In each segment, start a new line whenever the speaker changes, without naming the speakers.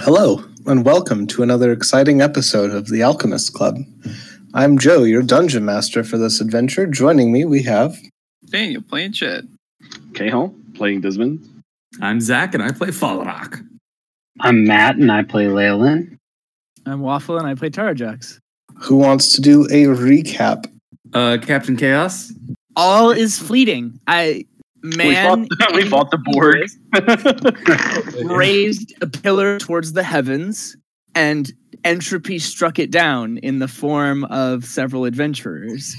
Hello, and welcome to another exciting episode of The Alchemist Club. I'm Joe, your dungeon master for this adventure. Joining me, we have.
Daniel playing Chet.
Cahill playing Desmond.
I'm Zach and I play Falrock.
I'm Matt and I play Leyland.
I'm Waffle and I play Tarajax.
Who wants to do a recap?
Uh, Captain Chaos.
All is fleeting. I man
we fought, we fought the Borg. Mm,
raised a pillar towards the heavens and entropy struck it down in the form of several adventurers.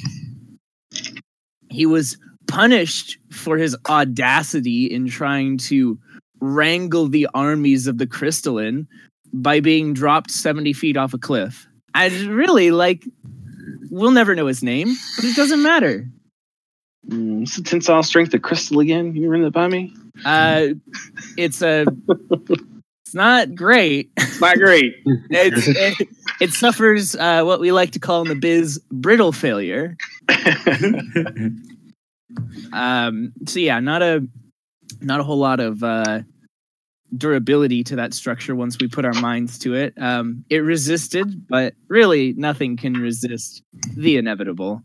He was punished for his audacity in trying to wrangle the armies of the crystalline by being dropped 70 feet off a cliff. I just really like we'll never know his name, but it doesn't matter.
Mm, What's the tensile strength of crystal again? Can you run that by me?
Uh it's a it's not great.
It's not great.
It's, it, it suffers uh, what we like to call in the biz brittle failure. Um, so yeah, not a not a whole lot of uh, durability to that structure once we put our minds to it. Um, it resisted, but really nothing can resist the inevitable.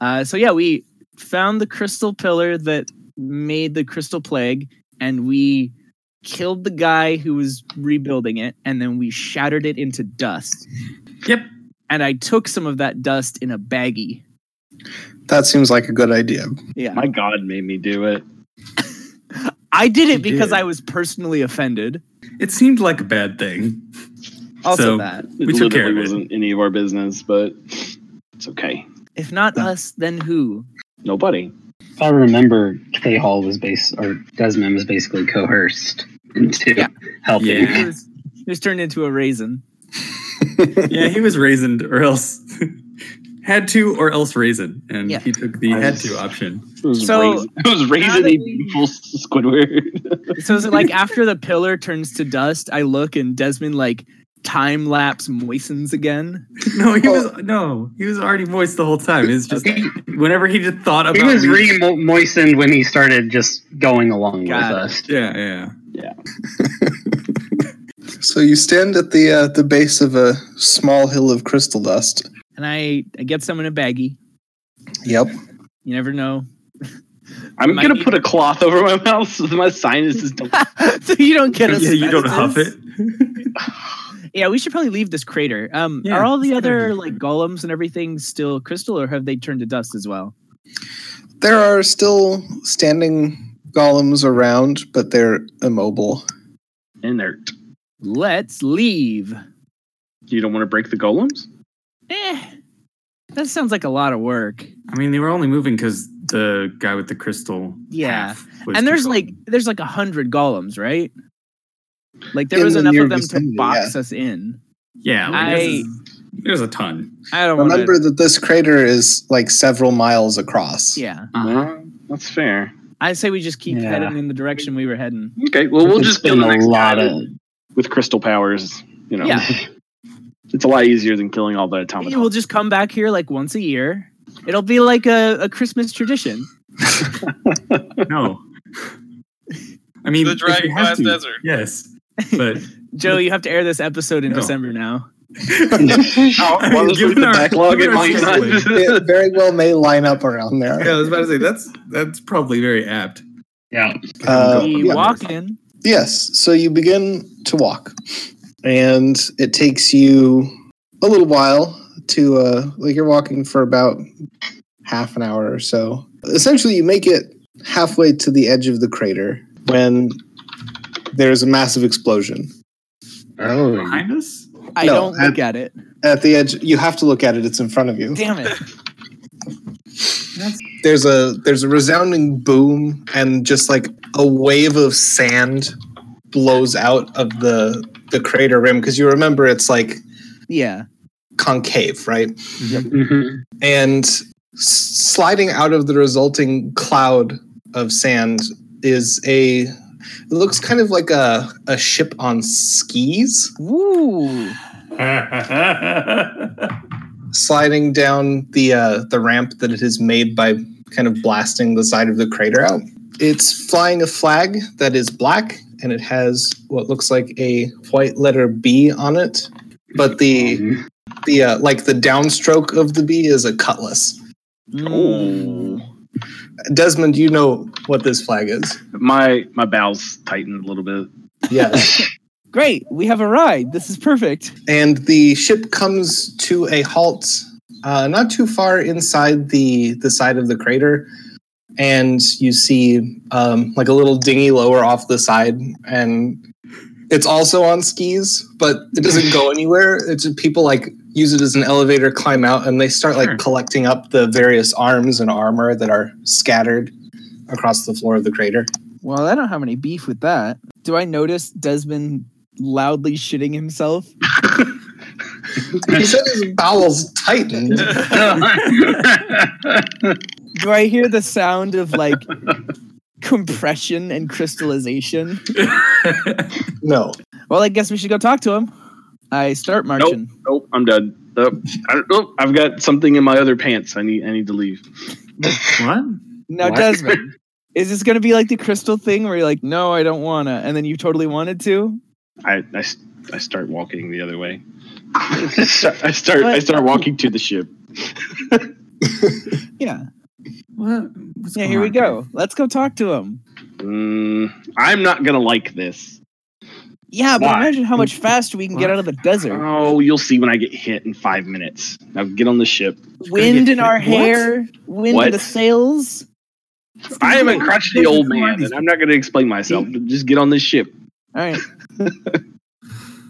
Uh, so yeah, we found the crystal pillar that made the crystal plague, and we killed the guy who was rebuilding it, and then we shattered it into dust.
Yep.
And I took some of that dust in a baggie.
That seems like a good idea.
Yeah.
My God made me do it.
I did
You
it because
did.
I was personally offended.
It seemed like a bad thing.
Also
So-
that.
It
We took care
literally
of it.
wasn't any of our business, but it's okay.
If not us, then who?
Nobody.
If I remember, K Hall was base or Desmond was basically coerced into
Yeah.
helping.
Yeah.
He was, he was turned into a raisin.
yeah, he was raisined or else had to or else raisin, and
Yeah.
he took the had to option.
It was
So-
raising, it was raising
that
a
we-
beautiful Squidward.
So is it like after the pillar turns to dust, I look and Desmond like time lapse moistens again?
No, he was no, he was already moist the whole time. It's just
He,
whenever he just thought about
he was
me-
re moistened when he started just going along
Got it.
with us.
Yeah, yeah.
So you stand at the uh, the base of a small hill of crystal dust.
And I, I get some in a baggie.
Yep.
You never know.
I'm
Might
gonna
be-
put a cloth over my mouth so that my sinuses don't.
so you don't get us.
yeah you don't huff it.
Yeah, we should probably leave this crater. Um
Yeah,
are all the
let's get out
other
of
like golems and everything still crystal or have they turned to dust as well?
There are still standing golems around, but they're immobile.
Inert.
Let's leave.
You don't want to break the golems.
Eh. That sounds like a lot of work.
I mean, they were only moving because the guy with the crystal.
Yeah.
half was
and there's
controlling.
like there's like a hundred golems, right? Like there
In
was
the
enough
near
of them
vicinity,
to box us in.
yeah, like,
I-
there's, there's a ton.
I don't
Remember
Wanna,
that this crater is like several miles across.
yeah,
Well, that's fair.
I say we just keep
Yeah.
heading in the direction we were heading.
Okay. Well, we'll just kill
spend
the
a
next
lot
guy
of
with crystal powers. You know,
Yeah.
it's a lot easier than killing all the automatons.
We'll just come back here like once a year. It'll be like a, a Christmas tradition.
No. I mean,
The
if you
Dragon
have
Glass
to,
Desert.
Yes, but
Joe, you have to air this episode in
No.
December now.
Oh,
I
well,
mean,
this
given
is the
our-
backlog, it
given our
might
It
not.
very well may line up around there.
yeah, I was about to say that's that's probably very apt.
yeah.
Uh,
we
yeah.
walk in.
Yes. So you begin to walk, and it takes you a little while to, uh, like, you're walking for about half an hour or so. Essentially, you make it halfway to the edge of the crater when there's a massive explosion.
Oh,
Behind us?
I
No,
don't look at it.
At the edge, you have to look at it, it's in front of you.
Damn it!
There's a there's a resounding boom and just like a wave of sand blows out of the the crater rim because you remember it's like
Yeah,
concave, right?
Mhm.
and s- sliding out of the resulting cloud of sand is a it looks kind of like a, a ship on skis
woo!
sliding down the uh, the ramp that it has made by kind of blasting the side of the crater out. It's flying a flag that is black and it has what looks like a white letter B on it, but the
Um,
the uh, like the downstroke of the B is a cutlass.
Mm.
Oh.
Desmond, you know what this flag is?
My my bowels tightened a little bit.
Yes.
Great, we have a ride. This is perfect.
and the ship comes to a halt uh, not too far inside the the side of the crater and you see um, like a little dinghy lower off the side and it's also on skis but it doesn't go anywhere it's just people like use it as an elevator climb out and they start like
Sure.
collecting up the various arms and armor that are scattered across the floor of the crater
Well, I don't have any beef with that. Do I notice Desmond loudly shitting himself?
he said his bowels tightened
Do I hear the sound of like compression and crystallization?
no
Well, I guess we should go talk to him. I start marching.
Nope, I'm done. Nope. I don't, nope, I've got something in my other pants. I need I need to leave.
what?
Now,
What?
Desmond, is this going to be like the crystal thing where you're like, no, I don't want to, and then you totally wanted to?
I I, s- I start walking the other way. I start I start walking to the ship.
Yeah.
What? What's
Yeah,
going
here we
on?
go. Let's go talk to him.
Mm, I'm not gonna like this.
Yeah, but
Why?
imagine how much faster we can get
Why?
out of the desert.
Oh, you'll see when I get hit in five minutes. Now get on the ship.
Wind in our
What?
hair, wind in
What?
the sails.
I am a crotchety old
Come on,
man,
these-
and I'm not gonna explain myself. Just get on this ship.
All right.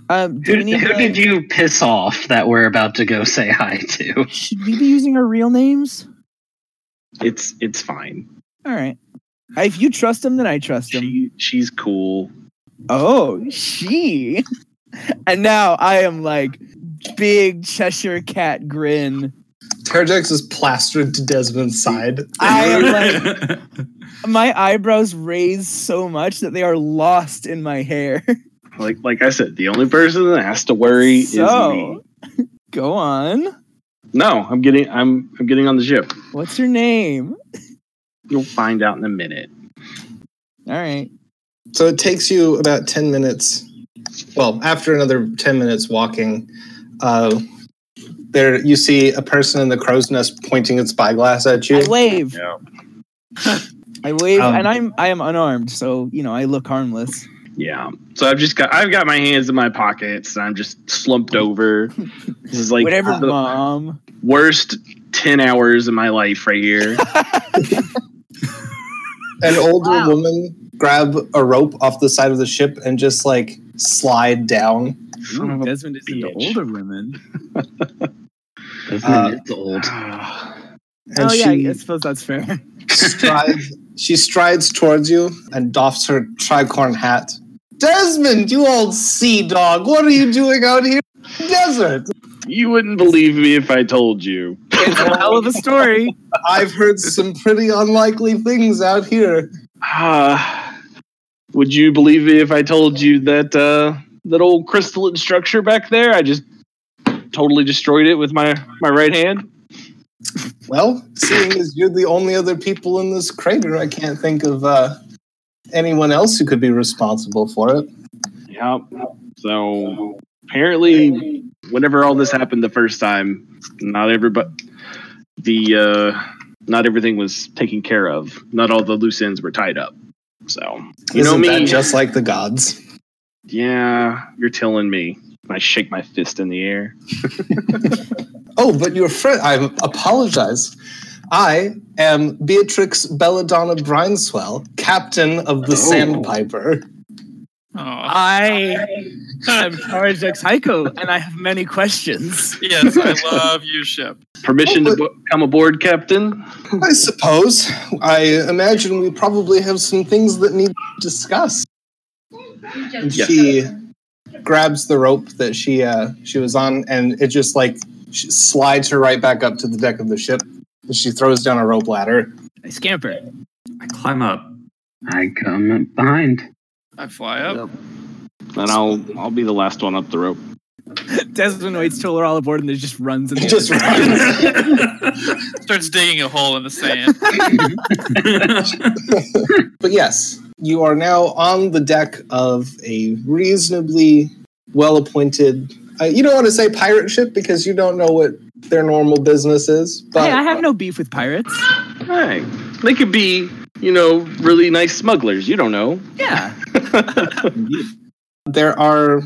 um, do
Who,
we need
who
to-
did you piss off that we're about to go say hi to?
should we be using our real names?
It's it's fine.
All right. If you trust him, then I trust him.
She she's cool.
Oh, she. And now I am like big Cheshire cat grin.
Terjex is plastered to Desmond's side.
I am like my eyebrows raised so much that they are lost in my hair.
Like like I said, the only person that has to worry is me.
so, go on.
No, I'm getting I'm I'm getting on the ship.
What's your name?
You'll find out in a minute.
All right.
So it takes you about 10 minutes. Well, after another 10 minutes walking, uh, there you see a person in the crow's nest pointing its spyglass at you.
I wave.
Yeah.
I wave,
Um,
and I'm I am unarmed, so you know I look harmless.
Yeah. So I've just got I've got my hands in my pockets and I'm just slumped over. This is like
Whatever,
the
mom.
worst ten hours of my life right here.
An older
Wow.
woman grab a rope off the side of the ship and just like slide down.
Son of a
Desmond is into
bitch.
older women.
Uh,
it's old.
And
oh
she
yeah, I suppose that's fair.
strides she strides towards you and doffs her tricorn hat. Desmond, you old sea dog, what are you doing out here in the desert?
You wouldn't believe me if I told you.
It's a hell of a story.
I've heard some pretty unlikely things out here.
Ah, would you believe me if I told you that uh, that old crystalline structure back there? I just totally destroyed it with my my right hand.
Well, seeing as you're the only other people in this crater, I can't think of uh, anyone else who could be responsible for it.
Yep. So apparently, whenever all this happened the first time, not everybody the uh, not everything was taken care of. Not all the loose ends were tied up. So you know
Isn't
me.
that just like the gods?
yeah, you're telling me. I shake my fist in the air.
Oh, but your friend, I apologize. I am Beatrix Belladonna Brineswell, captain of the
Oh.
Sandpiper.
Oh,
I am Charge X Heiko, and I have many questions.
yes, I love you, ship.
Permission
Oh,
to bo- come aboard, Captain.
I suppose. I imagine we probably have some things that need to discuss. And
Yes.
she grabs the rope that she uh, she was on, and it just like she slides her right back up to the deck of the ship. And she throws down a rope ladder.
I scamper.
I climb up.
I come up behind.
I fly up.
And I'll I'll be the last one up the rope.
Desmond waits till we're all aboard and then just runs in the
It just runs.
Starts digging a hole in the sand.
But yes, you are now on the deck of a reasonably well appointed. Uh, you don't want to say pirate ship because you don't know what their normal business is. But
Hey, I have no beef with pirates.
Hey, they could be, you know, really nice smugglers. You don't know.
Yeah.
there are,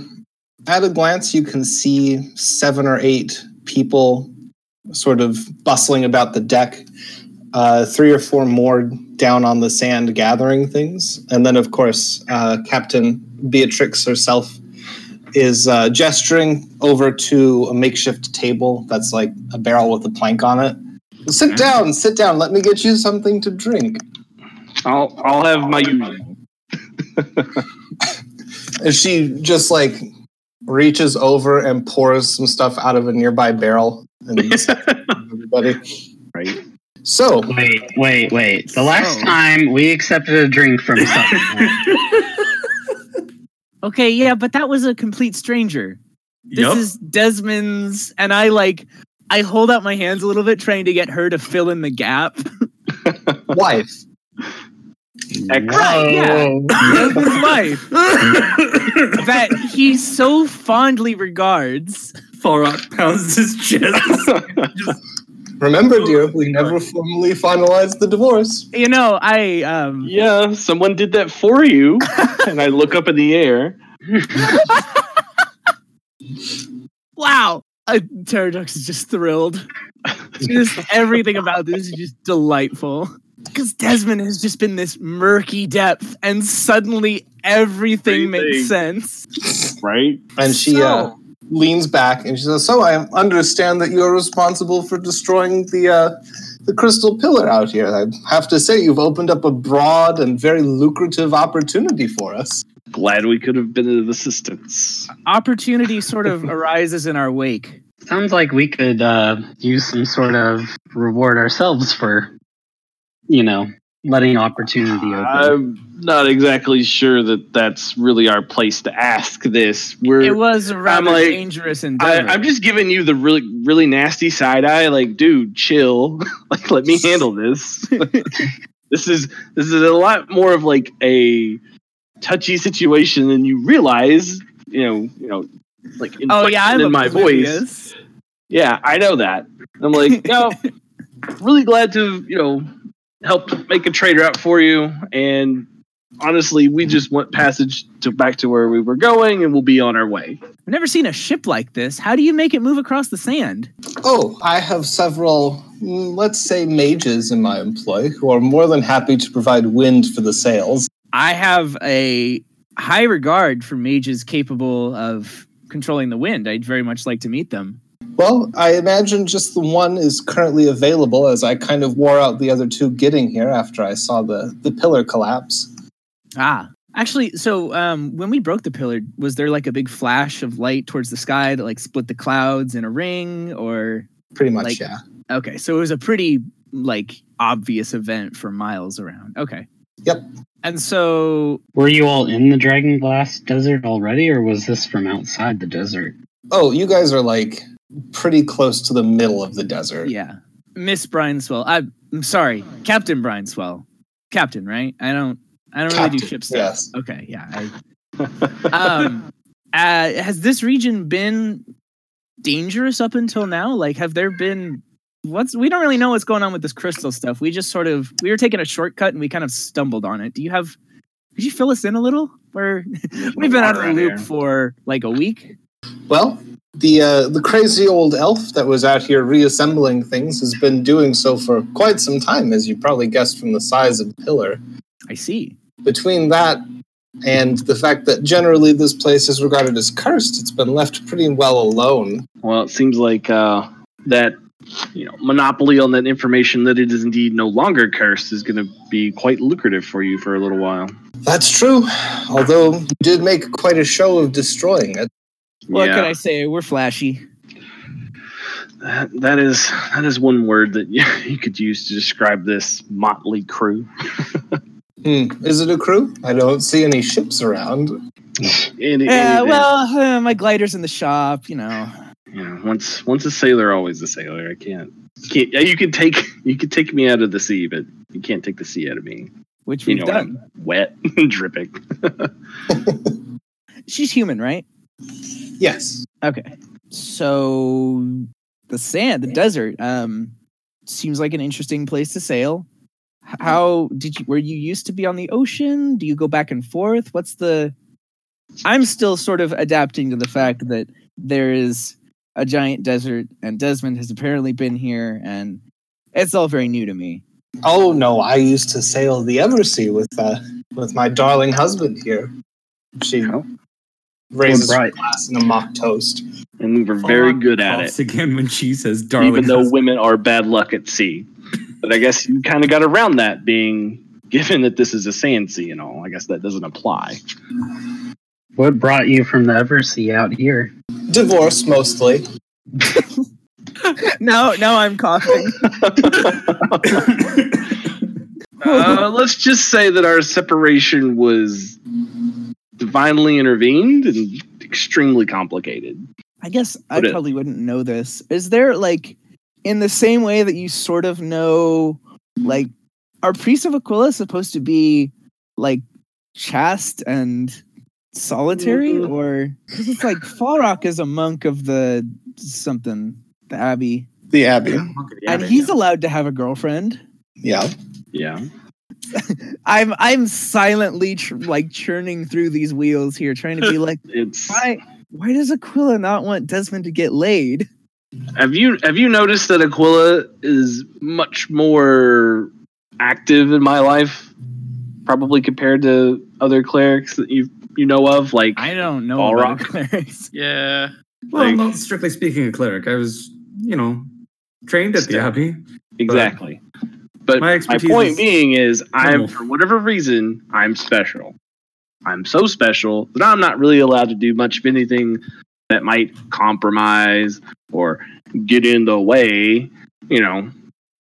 at a glance, you can see seven or eight people sort of bustling about the deck, uh, three or four more down on the sand gathering things. And then, of course, uh, Captain Beatrix herself is uh, gesturing over to a makeshift table that's like a barrel with a plank on it. Sit down, sit down. Let me get you something to drink.
I'll I'll have my usual.
And she just like reaches over and pours some stuff out of a nearby barrel and everybody.
Right.
So
Wait, wait, wait. The last
So-
time we accepted a drink from someone,
Okay, yeah, but that was a complete stranger. This
Yup.
is Desmond's, and I like, I hold out my hands a little bit, trying to get her to fill in the gap.
wife.
Right, yeah. Desmond's wife Oh. that he so fondly regards.
Falrock pounds his chest.
Remember, dear, we never formally finalized the divorce.
You know, I um,
yeah, someone did that for you, and I look up in the air.
wow. Uh, Pterodux is just thrilled. just everything about this is just delightful. Because Desmond has just been this murky depth, and suddenly everything makes
Everything.
sense.
Right.
And she uh, leans back and she says, "So I understand that you're responsible for destroying the uh, the crystal pillar out here. I have to say, you've opened up a broad and very lucrative opportunity for us."
Glad we could have been of assistance.
opportunity sort of arises in our wake.
sounds like we could uh, use some sort of reward ourselves for, you know, letting opportunity open.
I'm not exactly sure that that's really our place to ask this. We're
It was a rather
like-
dangerous
I,
endeavor.
I'm just giving you the really really nasty side eye, like, dude, chill. like, let me handle this. this is this is a lot more of like a touchy situation than you realize. You know, you know, like
oh yeah, I
inflection in
love
my voice. Yeah, I know that. I'm like, no, really glad to you know help make a trader out for you. And honestly, we just want passage to back to where we were going, and we'll be on our way.
I've never seen a ship like this. How do you make it move across the sand?
Oh, I have several, mm, let's say, mages in my employ who are more than happy to provide wind for the sails.
I have a high regard for mages capable of controlling the wind. I'd very much like to meet them.
Well, I imagine just the one is currently available, as I kind of wore out the other two getting here after I saw the, the pillar collapse.
Ah. Actually, so um, when we broke the pillar, was there like a big flash of light towards the sky that like split the clouds in a ring or
Pretty much,
Like-
yeah.
Okay, so it was a pretty like obvious event for miles around. Okay.
Yep.
And so
Were you all in the Dragon Glass Desert already, or was this from outside the desert?
Oh, you guys are like pretty close to the middle of the desert.
yeah, Miss Brineswell. I, I'm sorry, Captain Brineswell. Captain, right? I don't. I don't really do
Captain,
ship stuff.
yes.
Okay. Yeah. I, um, uh, has this region been dangerous up until now? Like, have there been? What's we don't really know what's going on with this crystal stuff. We just sort of we were taking a shortcut and we kind of stumbled on it. Do you have? Could you fill us in a little? We're We've been out of the loop for like a week.
Well, the uh, the crazy old elf that was out here reassembling things has been doing so for quite some time, as you probably guessed from the size of the pillar.
I see.
between that and the fact that generally this place is regarded as cursed, it's been left pretty well alone.
Well, it seems like uh, that you know monopoly on that information that it is indeed no longer cursed is going to be quite lucrative for you for a little while.
That's true, although you did make quite a show of destroying it.
What
yeah,
can I say? We're flashy.
that, that is that is one word that you, you could use to describe this motley crew.
Hmm, is it a crew? I don't see any ships around.
Any-
Yeah.
anything.
Well, uh, my glider's in the shop. You know.
you know, once once a sailor, always a sailor. I can't. Can't, yeah, you can take you can take me out of the sea, but you can't take the sea out of me.
which
You
we've
know what I
done.
mean. Wet, dripping.
She's human, right?
Yes.
Okay. So the sand, the desert, um, seems like an interesting place to sail.
Hmm.
H- How did you? Were you used to be on the ocean? Do you go back and forth? What's the? I'm still sort of adapting to the fact that there is a giant desert, and Desmond has apparently been here, and it's all very new to me.
Oh no, I used to sail the Eversea with uh, with my darling husband here. She
Oh.
raises
Right.
a glass and a mock toast.
And we're very good at it.
Coughs again when she says, "Darling."
even though
husband."
women are bad luck at sea. But I guess you kind of got around that, being given that this is a sand sea and all. I guess that doesn't apply.
What brought you from the Eversea out here?
Divorce mostly.
Now, now I'm coughing.
Uh, let's just say that our separation was divinely intervened and extremely complicated.
I guess I
Put it-
probably wouldn't know this. Is there like in the same way that you sort of know like are priests of Aquila supposed to be like chaste and solitary
Mhm.
or 'cause it's like Falrock is a monk of the something the abbey
The Abbey.
and he's allowed to have a girlfriend.
Yeah.
Yeah.
I'm I'm silently tr- like churning through these wheels here trying to be like
It's
why why does Aquila not want Desmond to get laid?
have you have you noticed that Aquila is much more active in my life probably compared to other clerics that you you know of like
I don't know
about
about clerics.
Yeah.
Well,
Like-
not strictly speaking, a cleric. I was, you know, trained at the
Still.
abbey.
Exactly. But
My
my,
expertise
point
is
being is, I'm
minimal.
for whatever reason, I'm special. I'm so special that I'm not really allowed to do much of anything that might compromise or get in the way, you know,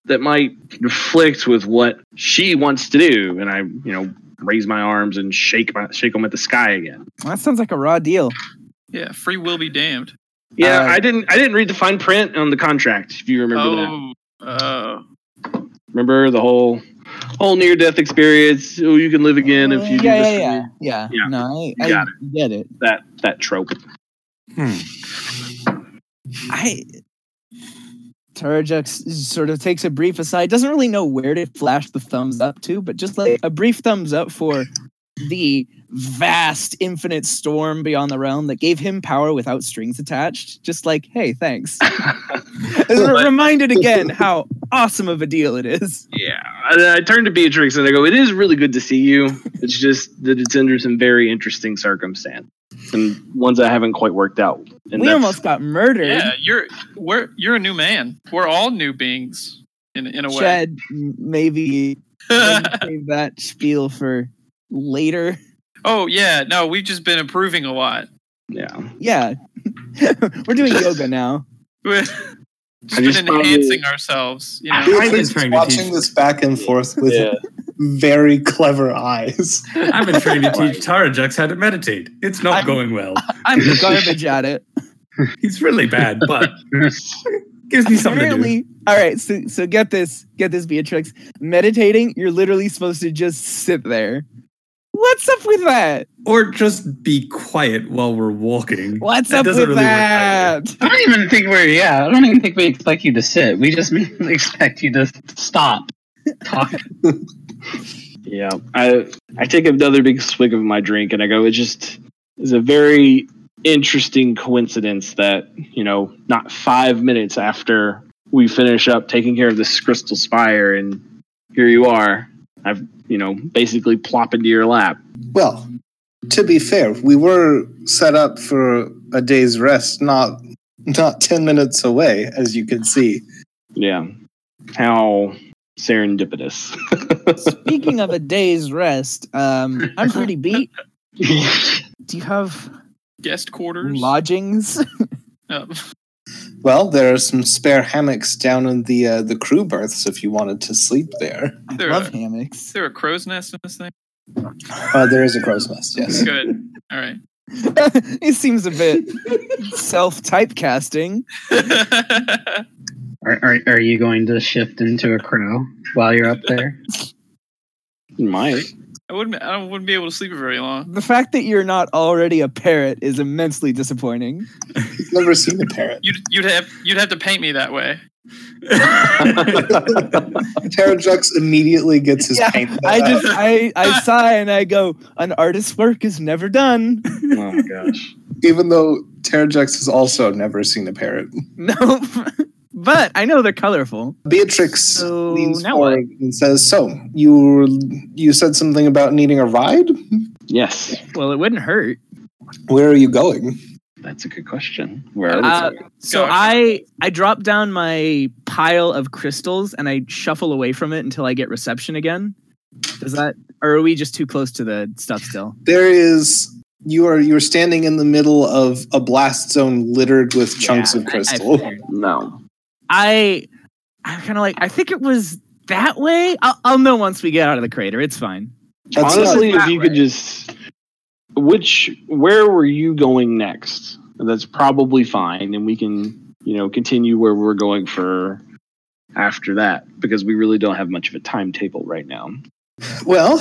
that might conflict with what she wants to do. And I, you know, raise my arms and shake my shake them at the sky again.
That sounds like a raw deal.
Yeah. Free will be damned.
Yeah,
Uh,
I didn't I didn't read the fine print on the contract. If you remember that.
oh. Uh,
Remember the whole whole near death experience. Oh, you can live again if you do
yeah,
this.
yeah, yeah, yeah,
Yeah.
No, I, I
Got
get it.
That that trope.
Hmm.
I Turajux sort of takes a brief aside, doesn't really know where to flash the thumbs up to, but just like a brief thumbs up for the vast infinite storm beyond the realm that gave him power without strings attached. Just like, hey, thanks.
But-
reminded again how awesome of a deal it is.
Yeah. I, I turned to Beatrix and I go, "It is really good to see you. It's just that it's under some very interesting circumstance and ones I haven't quite worked out." And
we
that's-
almost got murdered.
yeah. You're we're you're a new man. We're all new beings in in a way.
Chad, m- maybe save that spiel for later.
oh yeah. No, we've just been improving a lot.
yeah.
Yeah. We're doing yoga now.
We've
I
been
just found
enhancing ourselves. You know.
I've been
Beatrice is
trying to
watching
teach-
this back and forth with
Yeah.
very clever eyes.
I've been trying to teach Tarajux how to meditate. It's not going well.
I'm garbage at it.
He's really bad, but gives me something to do.
Apparently, all right, so so get this, get this Beatrix. Meditating, you're literally supposed to just sit there. What's up with that?
Or just be quiet while we're walking.
What's
That
up with
doesn't really work
that?
I don't even think we're yeah. I don't even think we expect you to sit. We just expect you to stop. Talk.
Yeah, I I take another big swig of my drink and I go. It just is a very interesting coincidence that you know, not five minutes after we finish up taking care of this crystal spire, and here you are. I've you know basically plop into your lap.
Well, to be fair, we were set up for a day's rest, not not ten minutes away, as you can see.
Yeah, how serendipitous.
Speaking of a day's rest, um, I'm pretty beat. Do you have
Guest quarters.
lodgings?
Oh,
Well, there are some spare hammocks down in the uh, the crew berths if you wanted to sleep there.
I
There
love
are. is
hammocks.
there a crow's nest in this thing?
Uh, there is a crow's nest, yes.
Good. All right.
it seems a bit self typecasting.
Are, are, are you going to shift into a crow while you're up there?
might.
I wouldn't. I wouldn't be able to sleep very long.
The fact that you're not already a parrot is immensely disappointing.
He's never seen a parrot.
You'd you'd have you'd have to paint me that way.
Terrajux immediately gets his
Yeah,
paint.
I
out.
just I I sigh and I go, an artist's work is never done.
Oh my gosh.
even though Terrajux has also never seen a parrot.
Nope. but I know they're colorful.
Beatrix
So,
leans
now what?
forward and says, "So you you said something about needing a ride.
Yes,
Well, it wouldn't hurt.
Where are you going?"
that's a good question. Where are we
Uh,
going?
so
Gotcha.
I I drop down my pile of crystals and I shuffle away from it until I get reception again. Does that or are we just too close to the stuff still?
There is you are you're standing in the middle of a blast zone littered with chunks
Yeah,
of
I- I
crystal.
figured.
No.
I I'm kind of like I think it was that way. I'll, I'll know once we get out of the crater. It's fine.
That's
Honestly,
not-
if you could just, which where were you going next? That's probably fine, and we can you know continue where we're going for after that because we really don't have much of a timetable right now.
Well,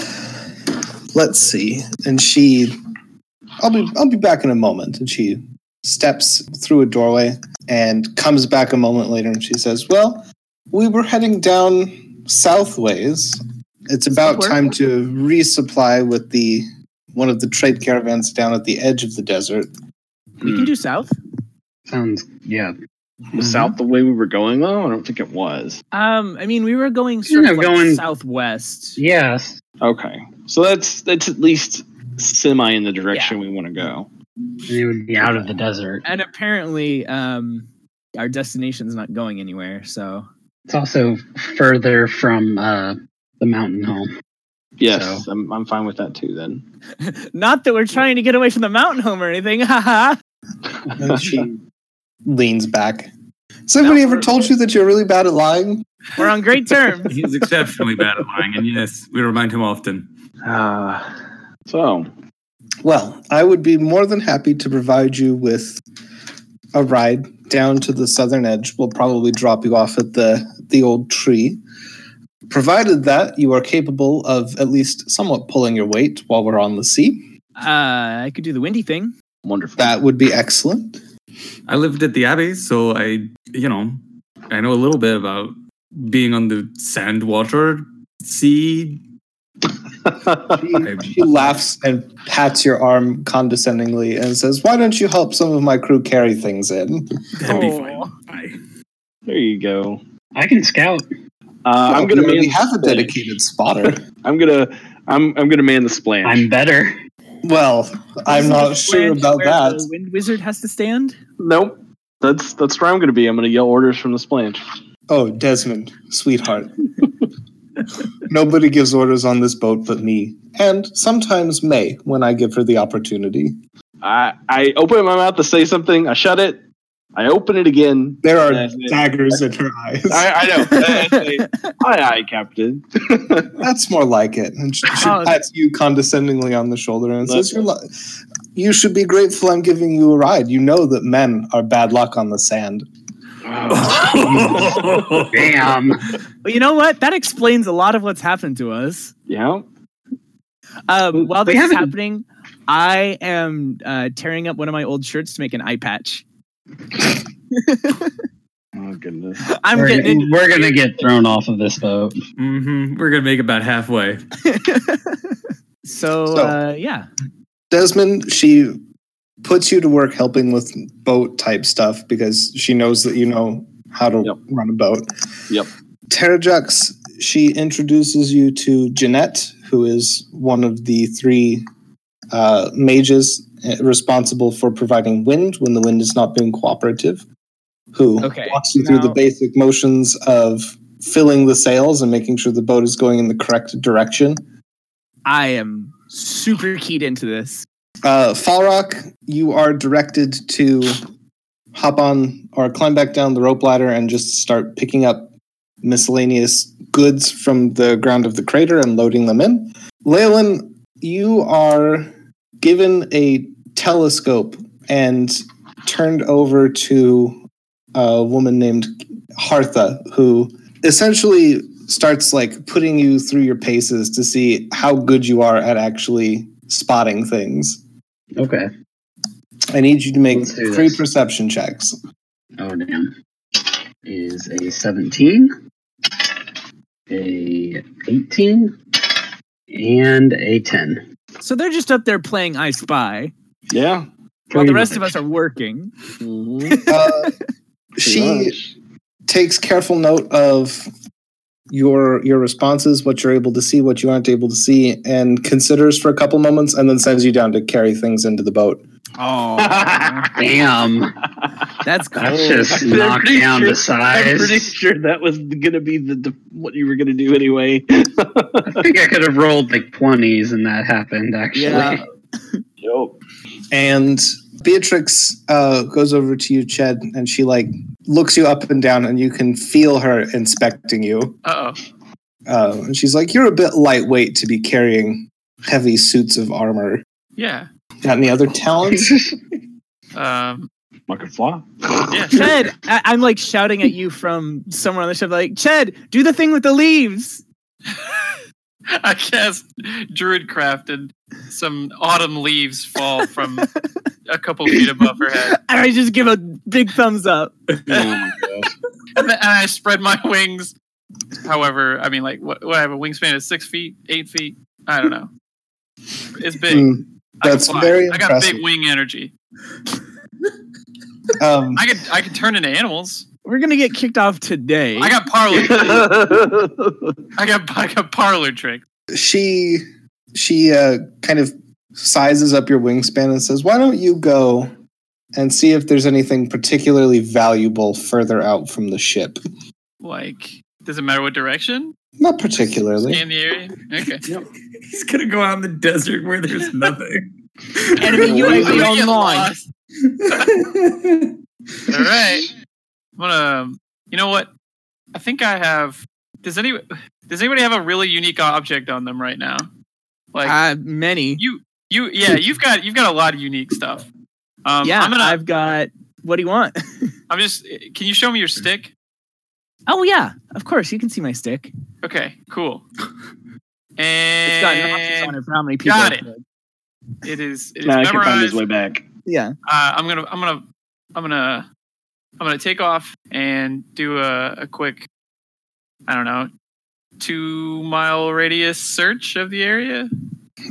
let's see. And she, I'll be, I'll be back in a moment. And she steps through a doorway and comes back a moment later, and she says, "Well, we were heading down southways. It's about
Southward?
time to resupply with the one of the trade caravans down at the edge of the desert.
We
Hmm.
can do south.
Sounds yeah.
Mm-hmm.
Was south the way we were going though? I don't think it was.
Um, I mean, we were going
You
sort of
know,
like
going-
southwest.
Yes.
Okay, so that's that's at least semi in the direction we want to go.
It would be out of the desert.
and apparently um our destination's not going anywhere so
It's also further from uh, the mountain home.
Yes, I'm, I'm fine with that too. Then
not that we're trying to get away from the mountain home or anything haha
And she leans back. Has anybody ever told you that you're really bad at lying?
we're on great terms
He's exceptionally bad at lying, and yes, we remind him often.
uh, so
Well, I would be more than happy to provide you with a ride down to the southern edge. We'll probably drop you off at the the old tree. Provided that you are capable of at least somewhat pulling your weight while we're on the sea,
uh i could do the windy thing
wonderful.
that would be excellent.
I lived at the Abbey, so I, you know, I know a little bit about being on the sand, water, sea.
She, she laughs and pats your arm condescendingly and says, "Why don't you help some of my crew carry things in?"
That'd be
Oh.
fine. Bye.
there you go.
I can scout.
Uh, I'm
Well,
gonna
we already
man the
have a
splash.
dedicated spotter.
I'm gonna I'm I'm gonna man the splash.
I'm better.
Well, I'm
This is
not
the
sure
branch
about
where the
that.
wind wizard has to stand
nope. That's that's where I'm gonna be. I'm gonna yell orders from the splash.
Oh, Desmond, sweetheart. Nobody gives orders on this boat but me, and sometimes May when I give her the opportunity.
I I open my mouth to say something. I shut it. I open it again.
There are
That's it.
daggers in her eyes.
I, I know. I, I say, aye, aye, Captain.
That's more like it. And she, she
Oh,
pats you condescendingly on the shoulder and
That's
says, You're li- "You should be grateful I'm giving you a ride. You know that men are bad luck on the sand."
Oh,
Mm-hmm.
Damn.
well you know what that explains a lot of what's happened to us
yeah.
um while
We
this is
haven't-
happening i am uh tearing up one of my old shirts to make an eye patch
Oh goodness.
i'm
we're,
getting into
we're gonna get thrown off of this boat.
hmm We're gonna make it about halfway.
so,
So-
uh yeah
Desmond, she puts you to work helping with boat type stuff because she knows that you know how to
Yep.
run a boat.
Yep.
Terrajux, she introduces you to Jeanette, who is one of the three uh, mages eh, responsible for providing wind when the wind is not being cooperative, who
Okay,
walks you through the
now-
basic motions of filling the sails and making sure the boat is going in the correct direction.
i am super keyed into this
Uh, Falrock, you are directed to hop on or climb back down the rope ladder and just start picking up miscellaneous goods from the ground of the crater and loading them in. Leyland, you are given a telescope and turned over to a woman named Hartha, who essentially starts like putting you through your paces to see how good you are at actually spotting things.
Okay.
I need you to make
Let's do
three
this.
perception checks.
Oh damn. Is a seventeen, a eighteen, and a ten.
So they're just up there playing I Spy
Yeah.
while the rest of us are working.
Uh, she takes careful note of your your responses, what you're able to see, what you aren't able to see, and considers for a couple moments, and then sends you down to carry things into the boat.
Oh,
Damn.
that's
That's
cool.
just
I'm
knocked
pretty
down
sure-
to
I'm pretty
size.
sure that was gonna be the, the what you were gonna do anyway.
I think I could have rolled like twenties and that happened actually.
Yeah.
Yup.
And Beatrix uh, goes over to you, Ched, and she like looks you up and down, and you can feel her inspecting you.
Uh
Uh, and she's like, "You're a bit lightweight to be carrying heavy suits of armor.
yeah.
Got any other talents?"
Um,
I can fly.
yeah.
Ched, I- I'm like shouting at you from somewhere on the ship, like, Ched, do the thing with the leaves.
I cast Druidcraft and some autumn leaves fall from a couple feet above her head.
And I just give a big thumbs up.
And, then, and I spread my wings. However, I mean, like, what, what I have a wingspan of six feet, eight feet. I don't know. It's big.
Hmm,
I can
that's
fly.
very
I got
impressive.
big wing energy.
Um,
I could I could turn into animals.
We're gonna get kicked off today.
I got parlor. I got I got parlor tricks.
she she uh, kind of sizes up your wingspan and says, "Why don't you go and see if there's anything particularly valuable further out from the ship?"
Like, does it matter what direction?
Not particularly.
In the area. Okay.
He's gonna go out in the desert where there's nothing.
Enemy
I'm gonna
UAV
get
online.
lost. All right. I'm gonna. You know what? I think I have. Does any Does anybody have a really unique object on them right now? Like
Uh, many.
you, you, yeah, you've got you've got a lot of unique stuff. Um,
yeah,
I'm gonna. i
I've got. What do you want?
am just. Can you show me your stick?
Oh yeah, of course. You can see my stick.
Okay. Cool.
It's got notches on
And
it for how many people.
got
it
it is. It is
Nah, I can find
memorized.
his way back.
Yeah.
uh, I'm gonna I'm gonna I'm gonna I'm gonna take off and do a, a quick I don't know two mile radius search of the area.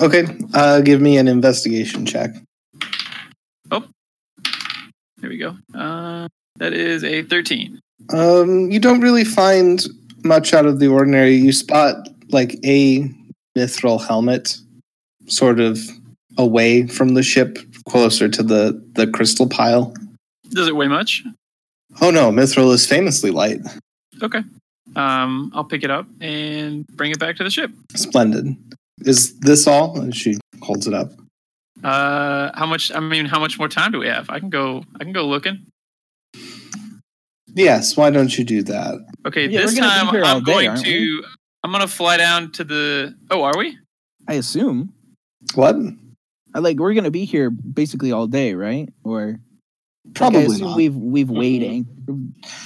Okay, uh, give me an investigation check.
There we go. Uh, that is a 13.
Um, you don't really find much out of the ordinary. You spot like a mithril helmet, sort of away from the ship, closer to the the crystal pile.
Does it weigh much?
Oh no, mithril is famously light.
Okay. Um, I'll pick it up and bring it back to the ship.
Splendid. Is this all? And she holds it up.
Uh, how much? I mean, how much more time do we have? I can go. I can go looking.
Yes. Why don't you do that?
Okay.
Yeah, we're
this
gonna be
time
here all
I'm
day,
going
aren't we?
to. I'm gonna fly down to the. Oh, are we?
I assume.
What?
I Like we're gonna be here basically all day, right? Or
Probably
I assume
not.
we've we've weighed anchor,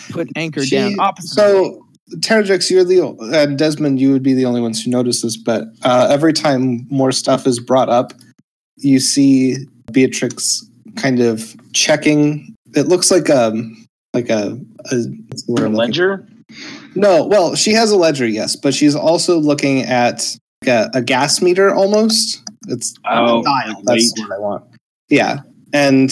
put anchor
She-
down. Opposite.
So, Terrajix, you're the o- and Desmond, you would be the only ones who notice this. But uh, every time more stuff is brought up, you see Beatrix kind of checking. It looks like um like a, a, what's the word
A
I'm looking-
ledger?
No, well, she has a ledger, yes, but she's also looking at like a, a gas meter almost. It's
Oh,
dial. That's
wait.
what I want. Yeah, and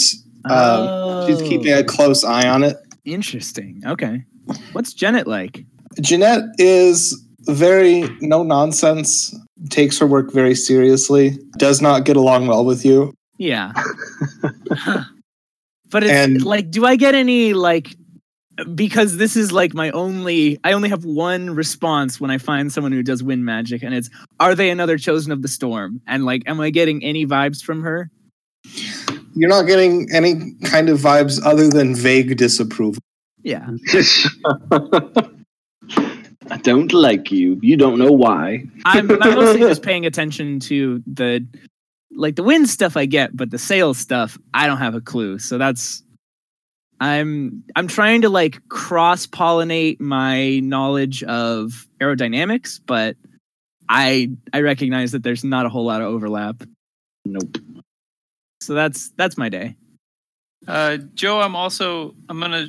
uh,
oh,
she's keeping a close eye on it.
Interesting. Okay. What's Janet like?
Jeanette is very no nonsense, takes her work very seriously, does not get along well with you.
Yeah. but it's
And-
like, do I get any like? Because this is like my only. I only have one response when I find someone who does wind magic, and it's, "Are they another chosen of the storm?" And like, am I getting any vibes from her?
You're not getting any kind of vibes other than vague disapproval.
Yeah.
I don't like you. You don't know why.
I'm, I'm mostly just paying attention to the like the wind stuff I get, but the sales stuff I don't have a clue. So that's I'm I'm trying to like cross pollinate my knowledge of aerodynamics, but I I recognize that there's not a whole lot of overlap.
Nope.
So that's that's my day.
Uh, Joe, I'm also I'm gonna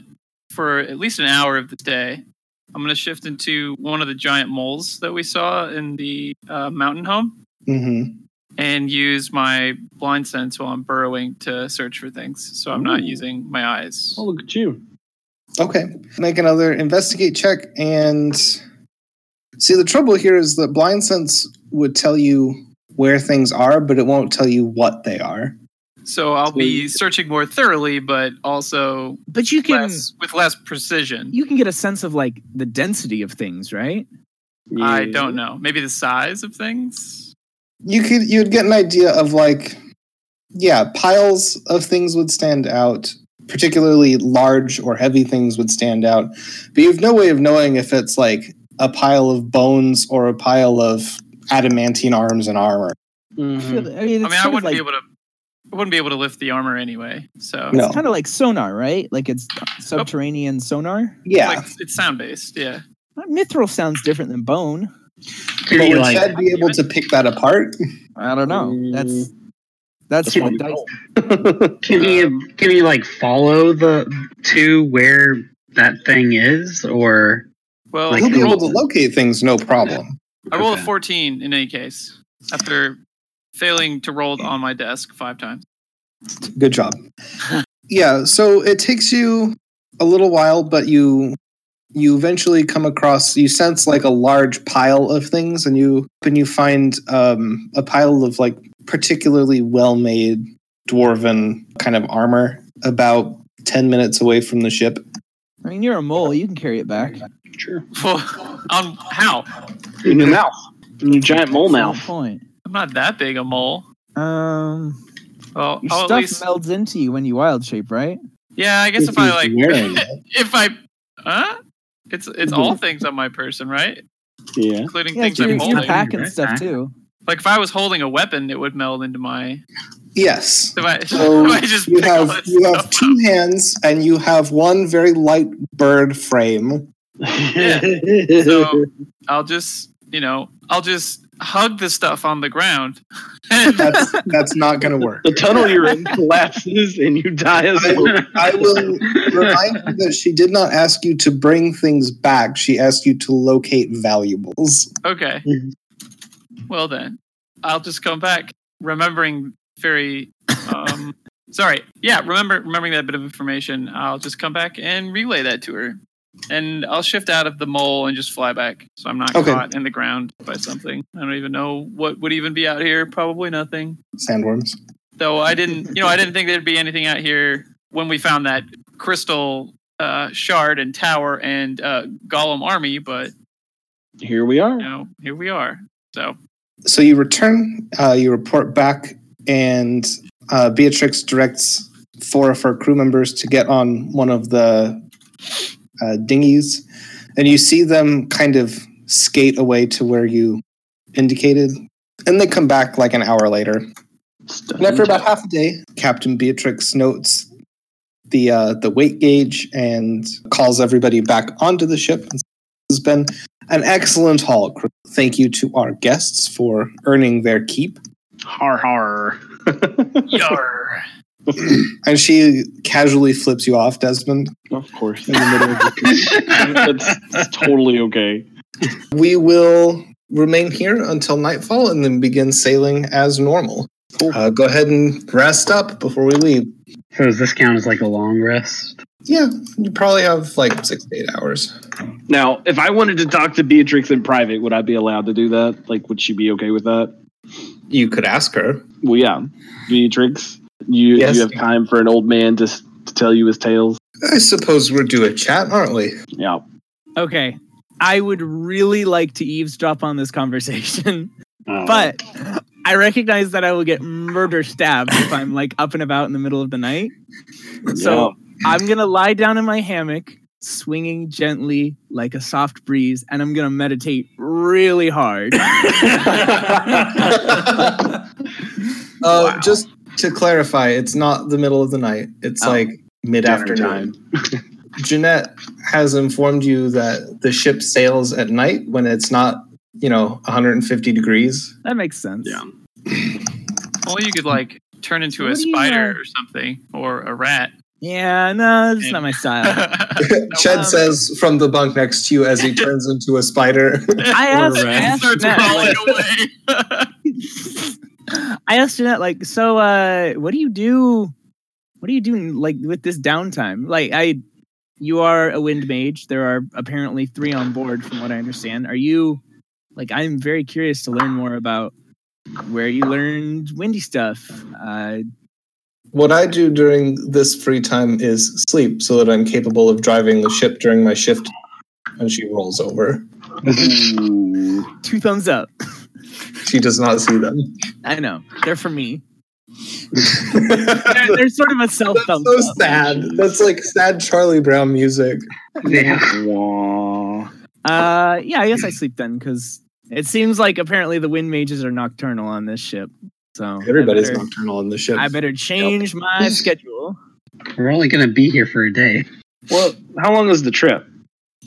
for at least an hour of the day. I'm gonna shift into one of the giant moles that we saw in the uh, mountain home
Mm-hmm.
and use my blind sense while I'm burrowing to search for things. So I'm not
Ooh.
using my eyes.
Oh, look at you.
Okay. Make another investigate check and see the trouble here is that blind sense would tell you where things are, but it won't tell you what they are.
So I'll be searching more thoroughly, but also
But you can
less, with less precision.
you can get a sense of like the density of things, right?
I
Yeah.
don't know. Maybe the size of things.
You could you'd get an idea of like yeah, piles of things would stand out, particularly large or heavy things would stand out. But you've no way of knowing if it's like a pile of bones or a pile of adamantine arms and armor.
Mhm.
I mean,
Mm-hmm. I mean, I wouldn't
like,
be able to. I wouldn't be able to lift the armor anyway. So
No.
It's kind of like sonar, right? Like it's subterranean sonar.
Yeah.
It's, like, it's sound based. Yeah.
Mithril sounds different than bone.
Could
but
be
would
like,
Chad be able to pick that apart?
I don't know. That's that's
That's
what
what
dice-
Mm-hmm.
can you can you like follow the to where that thing is, or
Well,
Like
He'll
I
be able to
rolled,
locate things, no problem.
I rolled a
Okay.
14 in any case after failing to roll on my desk five times.
Good job. yeah, so it takes you a little while, but you you eventually come across you sense like a large pile of things and you and you find um, a pile of like particularly well made dwarven kind of armor about 10 minutes away from the ship
I mean, you're a mole. You can carry it back.
Sure.
Well, on how?
In your mouth. In your giant mole
That's the
mouth.
Point.
I'm not that big a mole.
Um,
Well,
your
I'll at
stuff
least.
melds into you when you wild shape, right?
Yeah, I guess if,
If
I
he's
like.
wearing it.
if I. Huh? It's it's all things on my person, right?
Yeah.
Including
Yeah,
things
so
I'm
you
holding.
can pack and
right?
stuff too.
Like if I was holding a weapon, it would meld into my.
yes
If I,
So
if I just
you
pick
have
all that
you have
stuff
two hands and you have one very light bird frame
up, so I'll just you know I'll just hug the stuff on the ground. and
that's that's not going to work.
the tunnel you're in collapses and you die as
I
a
will, I will remind you that she did not ask you to bring things back. She asked you to locate valuables.
okay, well then, I'll just come back remembering very. Um, sorry, yeah, remember remembering that bit of information. I'll just come back and relay that to her, and I'll shift out of the mole and just fly back, so I'm not
Okay.
caught in the ground by something. I don't even know what would even be out here. Probably nothing.
Sandworms.
though I didn't, you know, I didn't think there'd be anything out here when we found that crystal uh, shard and tower and uh, golem army. But
Here we are.
you know, here we are. So
So you return, uh, you report back, and uh, Beatrix directs four of her crew members to get on one of the uh, dinghies. And you see them kind of skate away to where you indicated. And they come back like an hour later. And after about half a day, Captain Beatrix notes the uh, the weight gauge and calls everybody back onto the ship. This has been an excellent haul. crew. Thank you to our guests for earning their keep.
har har.
yar.
And she casually flips you off, Desmond,
Of course.
in the middle of the
that's, that's totally okay.
We will remain here until nightfall and then begin sailing as normal. Uh, go ahead and rest up before we leave.
so does this count as like a long rest?
Yeah, you probably have like six to eight hours.
Now, if I wanted to talk to Beatrix in private, would I be allowed to do that? Like, would she be okay with that?
You could ask her.
Well, yeah. Beatrix, you
Yes.
you have time for an old man to, s- to tell you his tales?
I suppose we're due a chat, aren't we?
Yeah.
Okay, I would really like to eavesdrop on this conversation,
Um,
Oh.
but I recognize that I will get murder stabbed if I'm like up and about in the middle of the night. So I'm gonna lie down in my hammock, swinging gently like a soft breeze, and I'm gonna meditate really hard.
uh, Just to clarify, it's not the middle of the night. It's
Oh.
like mid afternoon. Jeanette has informed you that the ship sails at night when it's not, you know, 150 degrees.
That makes sense.
Yeah.
Only you could like turn into a
What do you,
spider
uh,
or something or a rat.
Yeah, no, that's not my style.
Uh, Ched
um,
says from the bunk next to you as he turns into a spider.
Or
I asked, I
rats.
asked
starts
Jeanette,
crawling
like,
away.
I asked Jeanette, like, so, uh, what do you do? What do you do, like, with this downtime? Like, I, you are a wind mage. There are apparently three on board, from what I understand. Are you, like, I'm very curious to learn more about where you learned windy stuff. Uh,
what I do during this free time is sleep so that I'm capable of driving the ship during my shift. And she rolls over.
Ooh.
two thumbs up.
She does not see them.
I know they're for me. They're,
That's
they're sort of a self thumbs
so
up.
sad. That's like sad Charlie Brown music.
Yeah.
Wah.
Uh, yeah, I guess I sleep then because it seems like apparently the wind mages are nocturnal on this ship. So I
Everybody's
better-
nocturnal on the ship.
I better change my schedule.
We're only going to be here for a day.
Well, how long is the trip?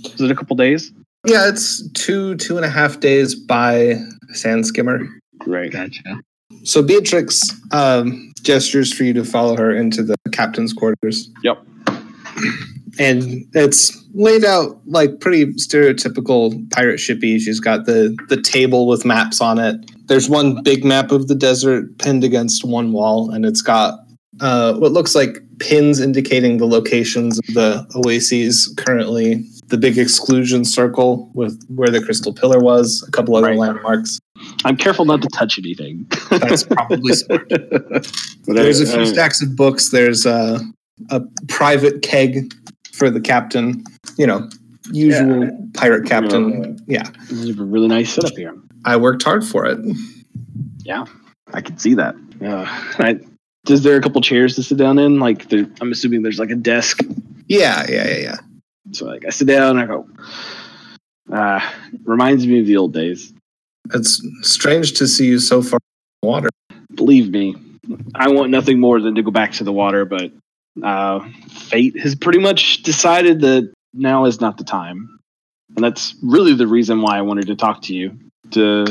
Is it a couple days?
Yeah, it's two two and a half days by Sand Skimmer.
Right.
Gotcha.
So Beatrix um, gestures for you to follow her into the captain's quarters.
Yep.
And it's laid out like pretty stereotypical pirate shippy. She's got the the table with maps on it. There's one big map of the desert pinned against one wall, and it's got uh, what looks like pins indicating the locations of the oases currently. The big exclusion circle with where the crystal pillar was, a couple other
Right.
landmarks.
I'm careful not to touch anything.
That's probably
But
There's a
I-
few
I-
stacks of books. There's a, a private keg for the captain. You know, usual pirate captain. Yeah.
You have a really nice setup here.
I worked hard for it.
I can see that. Uh, I, is there a couple chairs to sit down in? Like, there, I'm assuming there's like a desk.
Yeah, yeah, yeah, yeah.
So like, I sit down. I go. Uh, reminds me of the old days.
It's strange to see you so far in the water.
Believe me, I want nothing more than to go back to the water. But uh, fate has pretty much decided that now is not the time, and that's really the reason why I wanted to talk to you to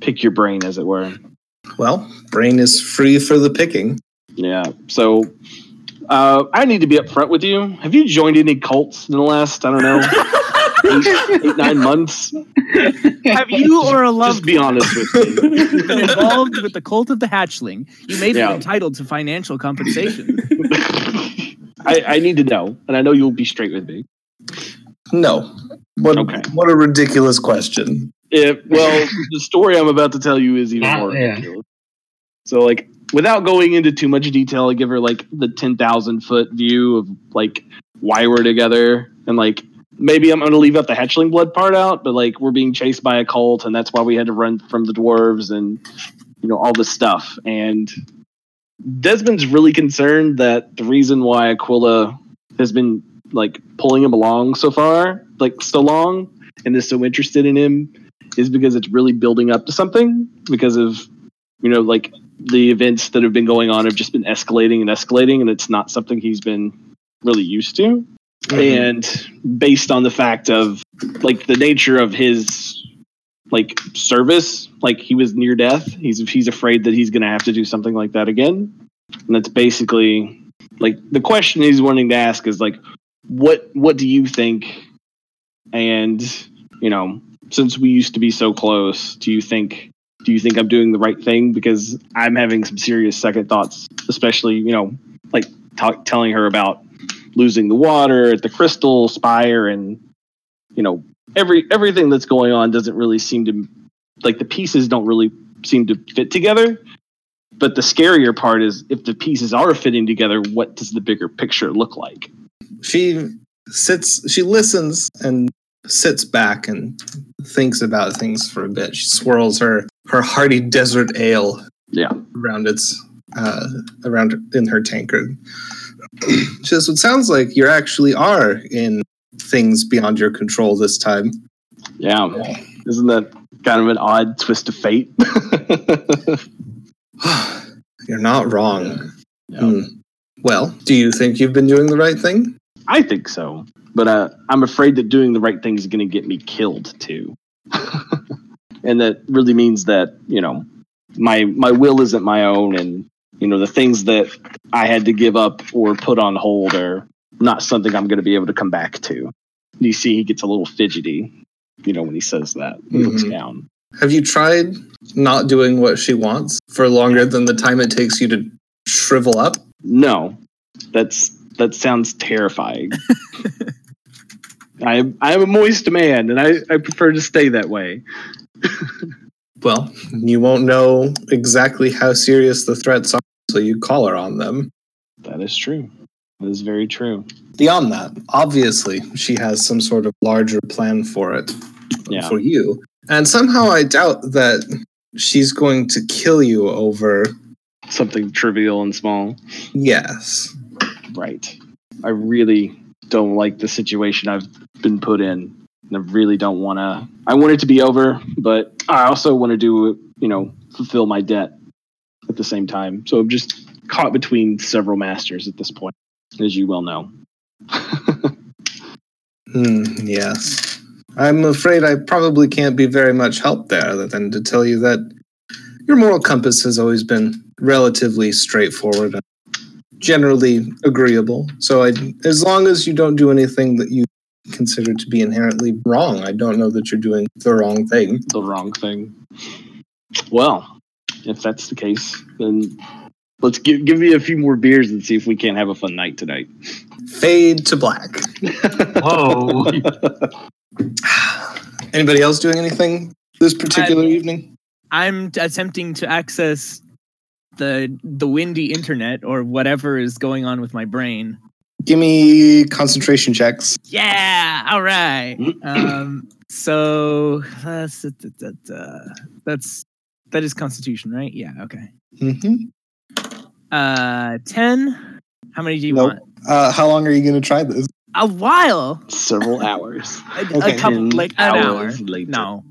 pick your brain, as it were.
Well, brain is free for the picking.
Yeah. So uh, I need to be upfront with you. Have you joined any cults in the last, I don't know, eight, eight, nine months?
Have you or a
Just
loved
be honest with me.
been involved with the cult of the hatchling? You may be
Yeah.
entitled to financial compensation.
I, I need to know, and I know you'll be straight with me.
No. What,
Okay.
what a ridiculous question.
If, well, the story I'm about to tell you is even
Not
more
there.
ridiculous. So, like, without going into too much detail, I give her like the ten thousand foot view of like why we're together, and like maybe I'm going to leave out the hatchling blood part out, but like we're being chased by a cult, and that's why we had to run from the dwarves, and you know all this stuff. And Desmond's really concerned that the reason why Aquila has been like pulling him along so far, like so long, and is so interested in him is because it's really building up to something because of you know like the events that have been going on have just been escalating and escalating and it's not something he's been really used to and based on the fact of like the nature of his like service like he was near death he's he's afraid that he's going to have to do something like that again and that's basically like the question he's wanting to ask is like what what do you think and you know since we used to be so close do you think do you think i'm doing the right thing because i'm having some serious second thoughts especially you know like talk, telling her about losing the water at the crystal spire and you know every everything that's going on doesn't really seem to like the pieces don't really seem to fit together but the scarier part is if the pieces are fitting together what does the bigger picture look like
She sits, she listens and sits back and thinks about things for a bit. She swirls her, her hearty desert ale
yeah
around its uh, around in her tankard. Just it sounds like you actually are in things beyond your control this time.
yeah isn't that kind of an odd twist of fate
You're not wrong.
Yeah.
Hmm. Well, do you think you've been doing the right thing?
I think so, but uh, I'm afraid that doing the right thing is going to get me killed too, and that really means that you know my my will isn't my own, and you know the things that I had to give up or put on hold are not something I'm going to be able to come back to. You see, he gets a little fidgety, you know, when he says that. He looks
Mhm.
down.
Have you tried not doing what she wants for longer than the time it takes you to shrivel up?
No, that's that sounds terrifying. I I am a moist man, and I, I prefer to stay that way.
Well, you won't know exactly how serious the threats are until you call her on them.
That is true. That is very true.
Beyond that, obviously, she has some sort of larger plan for it,
Yeah.
for you. And somehow I doubt that she's going to kill you over
Something trivial and small.
yes.
Right. I really don't like the situation I've been put in. And I really don't want to. I want it to be over, but I also want to do, you know, fulfill my debt at the same time. So I'm just caught between several masters at this point, as you well know.
Hmm, yes. I'm afraid I probably can't be very much help there other than to tell you that your moral compass has always been relatively straightforward and generally agreeable. So I, as long as you don't do anything that you consider to be inherently wrong, I don't know that you're doing the wrong thing.
the wrong thing. Well, if that's the case, then let's give give me a few more beers and see if we can't have a fun night tonight.
Fade to black.
Whoa.
Anybody else doing anything this particular evening?
I'm t- attempting to access the the windy internet or whatever is going on with my brain.
Give me concentration checks.
Yeah, all right. Um, so that's that's that is Constitution, right? Yeah, okay.
Mm-hmm.
Uh, ten. How many do you
Nope.
want?
Uh, how long are you going to try this?
A while,
Several hours.
a, a
Okay.
couple,
Ten
like an hour.
hours later.
No,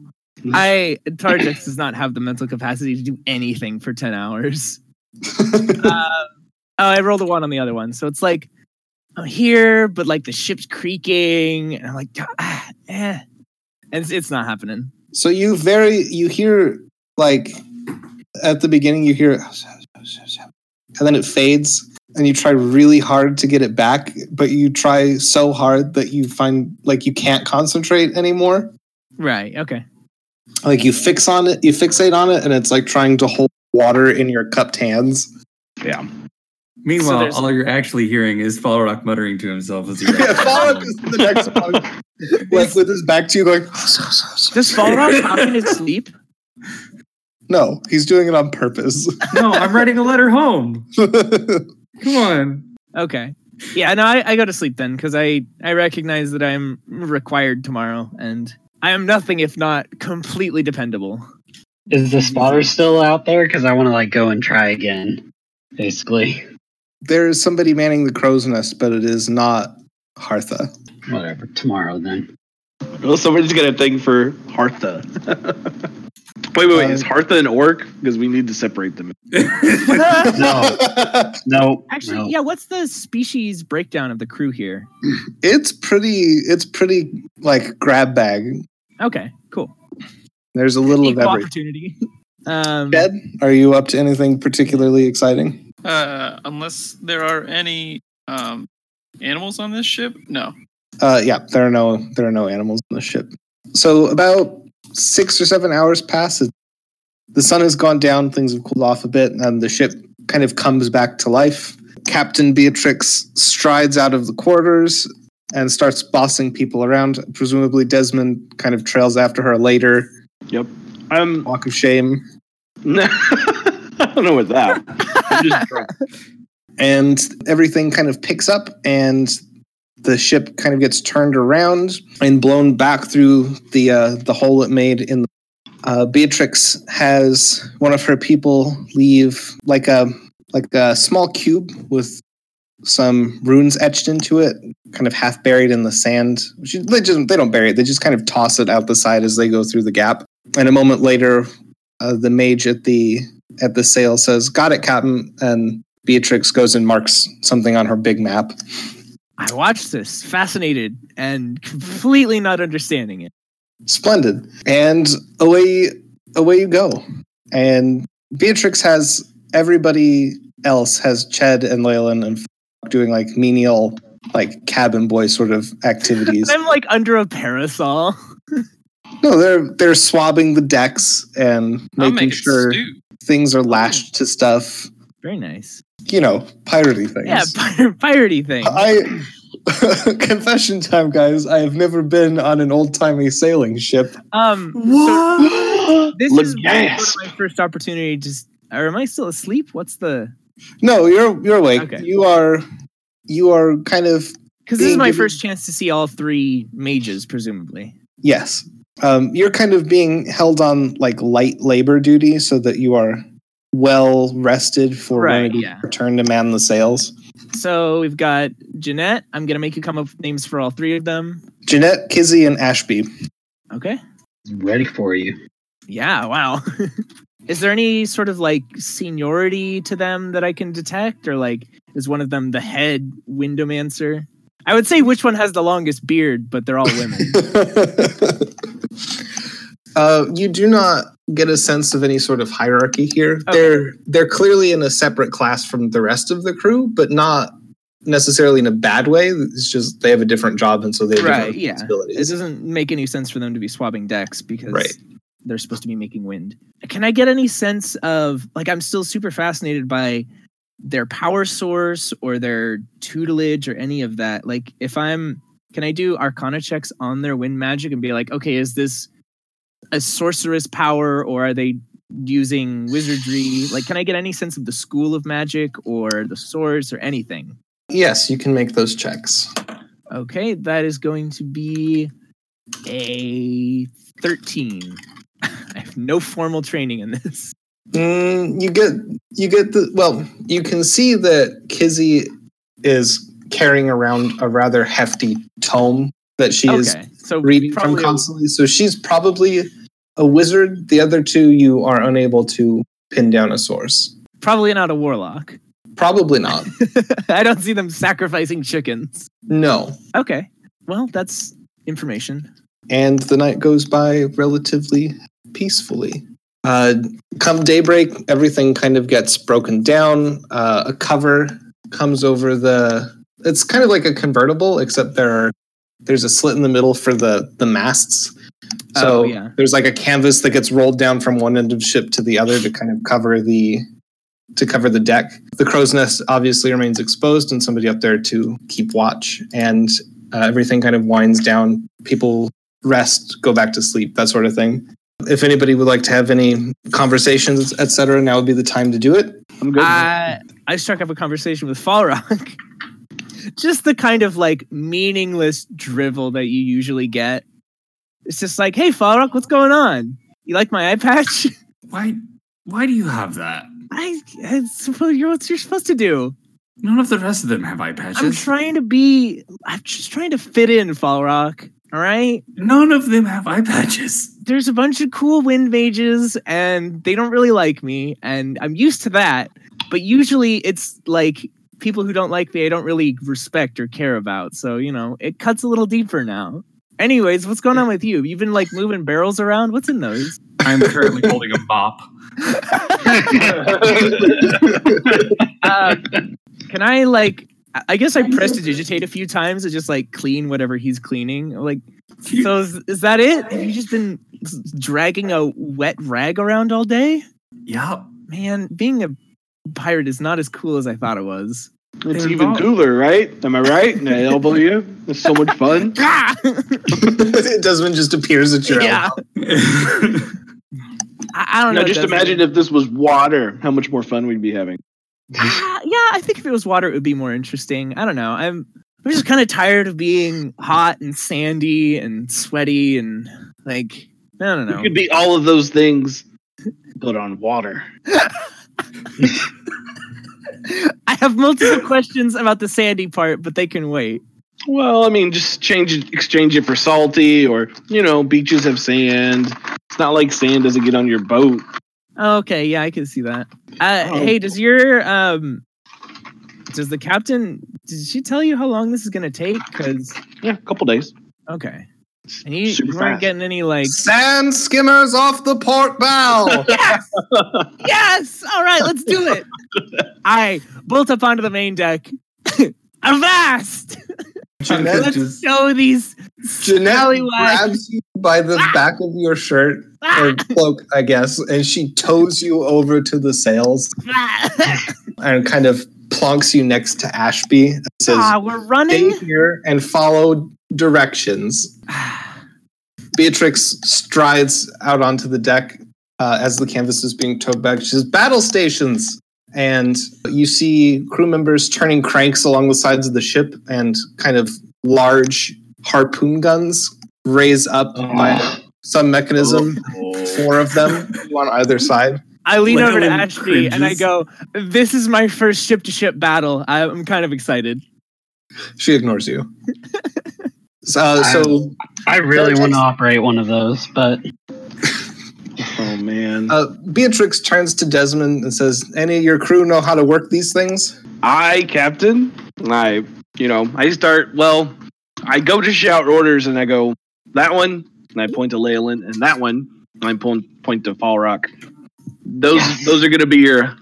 I Tarjix does not have the mental capacity to do anything for ten hours. uh, oh, I rolled a one on the other one, so it's like I'm here, but like the ship's creaking, and I'm like, ah, eh, and it's, it's not happening.
So you very you hear like at the beginning you hear and then it fades and you try really hard to get it back, but you try so hard that you find like you can't concentrate anymore.
Right? Okay.
Like you fix on it, you fixate on it, and it's like trying to hold water in your cupped hands.
Yeah.
So
Meanwhile,
there's-
all you're actually hearing is Falrock muttering to himself as he
Yeah, follow up is the next one. like with his back to you going
Does Falrock hop in his sleep?
No, he's doing it on purpose.
No, I'm writing a letter home. Come on.
Okay. Yeah, no, I, I go to sleep then because I, I recognize that I'm required tomorrow and I am nothing if not completely dependable.
Is the spotter still out there? Because I want to like go and try again. Basically,
there is somebody manning the crow's nest, but it is not Hartha.
whatever. Tomorrow then.
Well, Oh, somebody's got a thing for Hartha. wait, wait, wait. Is Hartha an orc? Because we need to separate them.
No. No.
Actually,
no.
yeah, what's the species breakdown of the crew here?
it's pretty it's pretty like grab bag.
Okay, cool.
There's a little of
Equal
everything.
opportunity. Um,
Jed, are you up to anything particularly exciting?
Uh, unless there are any um, animals on this ship? No.
Uh yeah, there are no there are no animals on the ship. So about six or seven hours pass. It, the sun has gone down, things have cooled off a bit, and the ship kind of comes back to life. Captain Beatrix strides out of the quarters and starts bossing people around. Presumably Desmond kind of trails after her later.
Um,
Walk of shame.
I don't know with that. I'm just drunk.
and everything kind of picks up and the ship kind of gets turned around and blown back through the uh, the hole it made in the uh, Beatrix has one of her people leave like a like a small cube with some runes etched into it, kind of half buried in the sand. She, they just they don't bury it; they just kind of toss it out the side as they go through the gap. And a moment later, uh, the mage at the at the sail says, "Got it, Captain," and Beatrix goes and marks something on her big map.
I watched this, fascinated and completely not understanding it.
Splendid. And away away you go. And Beatrix has everybody else has Ched and Leyland and F- doing like menial like cabin boy sort of activities.
I'm like under a parasol.
no, they're they're swabbing the decks and
I'll
making
make
sure
stew.
things are lashed to stuff.
Very nice.
You know, piratey things.
Yeah, pir- piratey thing.
I confession time, guys. I have never been on an old timey sailing ship.
Um,
What?
this
Le
is
gasp.
my first opportunity. to Just or am I still asleep? What's the?
No, you're you're awake.
Okay.
You are you are kind of
Because this is
Being
my
given-
first chance to see all three mages, presumably.
yes. Um, you're kind of being held on like light labor duty so that you are well rested for when
Right,
it is
yeah.
your turn to man the sails.
So we've got Jeanette. I'm gonna make you come up with names for all three of them.
Jeanette, Kizzy, and Ashby.
Okay.
Ready for you.
Yeah. Wow. is there any sort of like seniority to them that I can detect, or like is one of them the head windowmancer? I would say which one has the longest beard, but they're all women.
uh, you do not get a sense of any sort of hierarchy here. They're they're clearly in a separate class from the rest of the crew, but not necessarily in a bad way. It's just they have a different job, and so they have
Right,
different
yeah. it
responsibilities.
doesn't make any sense for them to be swabbing decks because
Right.
they're supposed to be making wind. Can I get any sense of like I'm still super fascinated by their power source or their tutelage or any of that? Like if I'm can I do arcana checks on their wind magic and be like, okay, is this a sorceress power or are they using wizardry? Like can I get any sense of the school of magic or the source or anything?
Yes, you can make those checks.
Okay, that is going to be a 13. I have no formal training in this.
Mm, you get you get the well. You can see that Kizzy is carrying around a rather hefty tome that she is
okay, so
reading
probably
from
a-
constantly. So she's probably a wizard. The other two, you are unable to pin down a source.
probably not a warlock.
Probably not.
I don't see them sacrificing chickens.
no.
Okay, well, that's information.
And the night goes by relatively peacefully. Uh, come daybreak, everything kind of gets broken down. Uh, a cover comes over the. It's kind of like a convertible, except there are there's a slit in the middle for the the masts. So
Oh, yeah.
there's like a canvas that gets rolled down from one end of ship to the other to kind of cover the to cover the deck. The crow's nest obviously remains exposed, and somebody up there to keep watch. And uh, everything kind of winds down. People rest, go back to sleep, that sort of thing. If anybody would like to have any conversations, etc., now would be the time to do it.
I'm good.
I, I struck up a conversation with Fall Rock. just the kind of like meaningless drivel that you usually get. It's just like, hey, Fall Rock, what's going on? You like my eye patch?
Why? Why do you have that?
I, I suppose you're what you're supposed to do.
None of the rest of them have eye
I'm
patches.
trying to be. I'm just trying to fit in, Fall Rock. All right.
None of them have eye patches.
There's a bunch of cool wind mages, and they don't really like me, and I'm used to that. But usually, it's like people who don't like me, I don't really respect or care about. So you know, it cuts a little deeper now. Anyways, what's going on with you? You've been like moving barrels around. What's in those?
I'm currently holding a mop.
Um, can I like? I- I guess I press to digitate a few times to just like clean whatever he's cleaning. Like, So is, is that it? Have you just been s- dragging a wet rag around all day?
yeah,
Man, being a pirate is not as cool as I thought it was.
it's
they're
even
involved.
cooler, right? Am I right? And I elbow you. It's so much fun.
Ah!
Desmond just appears at your
yeah.
I
I, I don't
Now,
know.
just
Desmond.
imagine if this was water, how much more fun we'd be having.
Ah, yeah, I think if it was water, it would be more interesting. I don't know. I'm I'm just kind of tired of being hot and sandy and sweaty and like I don't
We
know.
could be all of those things, but on water.
I have multiple questions about the sandy part, but they can wait.
Well, I mean, just change it, exchange it for salty, or you know, beaches have sand. It's not like sand doesn't get on your boat.
Okay, yeah, I can see that. Uh,
Oh.
Hey, does your um does the captain? Did she tell you how long this is gonna take? Because
Yeah, a couple days.
okay, and you,
Super
you weren't
fast.
getting any like
Sand skimmers off the port bow.
yes, yes. All right, let's do it. I bolt up onto the main deck. Avast!
Jeanette,
Let's show these.
Jeanette
Alleyway.
grabs you by the back of your shirt or cloak, I guess, and she tows you over to the sails
Ah,
and kind of plonks you next to Ashby and says,
Ah, we're
Stay
running.
here and follow directions. Beatrix strides out onto the deck uh, as the canvas is being towed back. She says, Battle stations! And you see crew members turning cranks along the sides of the ship and kind of large harpoon guns raise up
Oh.
by some mechanism,
Oh,
four of them, two on either side.
I lean over to
Literally
Ashby and I
cringes.
go, "This is my first ship to ship battle. I'm kind of excited."
She ignores you. So, so
I really want to operate one of those, but
Oh man,
uh, Beatrix turns to Desmond and says, Any of your crew know how to work these things?
I captain. I you know I start. Well, I go to shout orders and I go that one, and I point to Leyland, and that one, and I point point to Fall Rock. Those those are gonna be your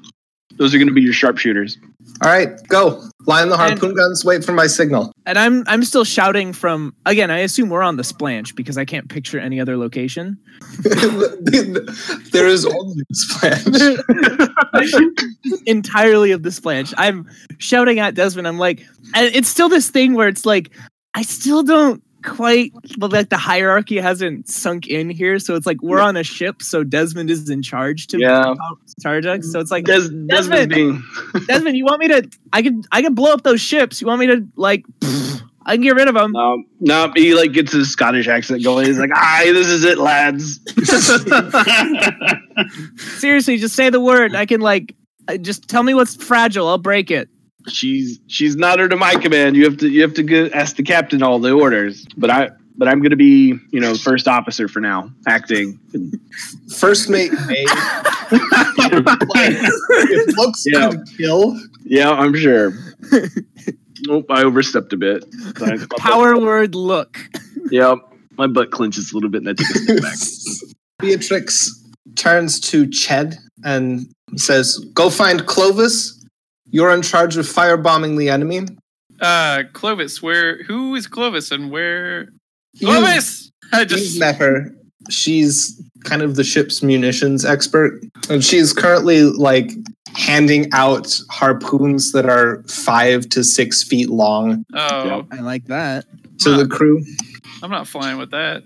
those are gonna be your sharpshooters.
All right, go. Line the harpoon guns. Wait for my signal.
And I'm I'm still shouting from again. I assume we're on the splanch because I can't picture any other location.
there is only this plan.
entirely of the splanch. I'm shouting at Desmond. I'm like, and it's still this thing where it's like, I still don't quite but like the hierarchy hasn't sunk in here. So it's like we're on a ship, so Desmond is in charge to
Yeah,
charge us. So it's like
Des, Desmond
Desmond.
being
Desmond, you want me to? I can I can blow up those ships. You want me to like? I can get rid of them.
no Um, no he like gets his Scottish accent going. He's like, "Aye, this is it, lads."
Seriously, just say the word. I can like. uh, Just tell me what's fragile. I'll break it.
she's she's not under my command. You have to you have to go, ask the captain all the orders. But I but I'm gonna be you know first officer for now, acting.
First mate may. it looks
Yeah.
good. Kill.
Yeah, I'm sure. nope, I overstepped a bit. Sorry. My butt-
Power word look.
Yep, my butt clenches a little bit, and I take a step back.
Beatrix turns to Ched and says, "Go find Clovis. You're in charge of firebombing the enemy."
Uh, Clovis, where? Who is Clovis and where?
You-
Clovis! I
You've
just
met her. She's kind of the ship's munitions expert, and she's currently like handing out harpoons that are five to six feet long
oh,
I like that.
to the crew.
I'm not flying with that.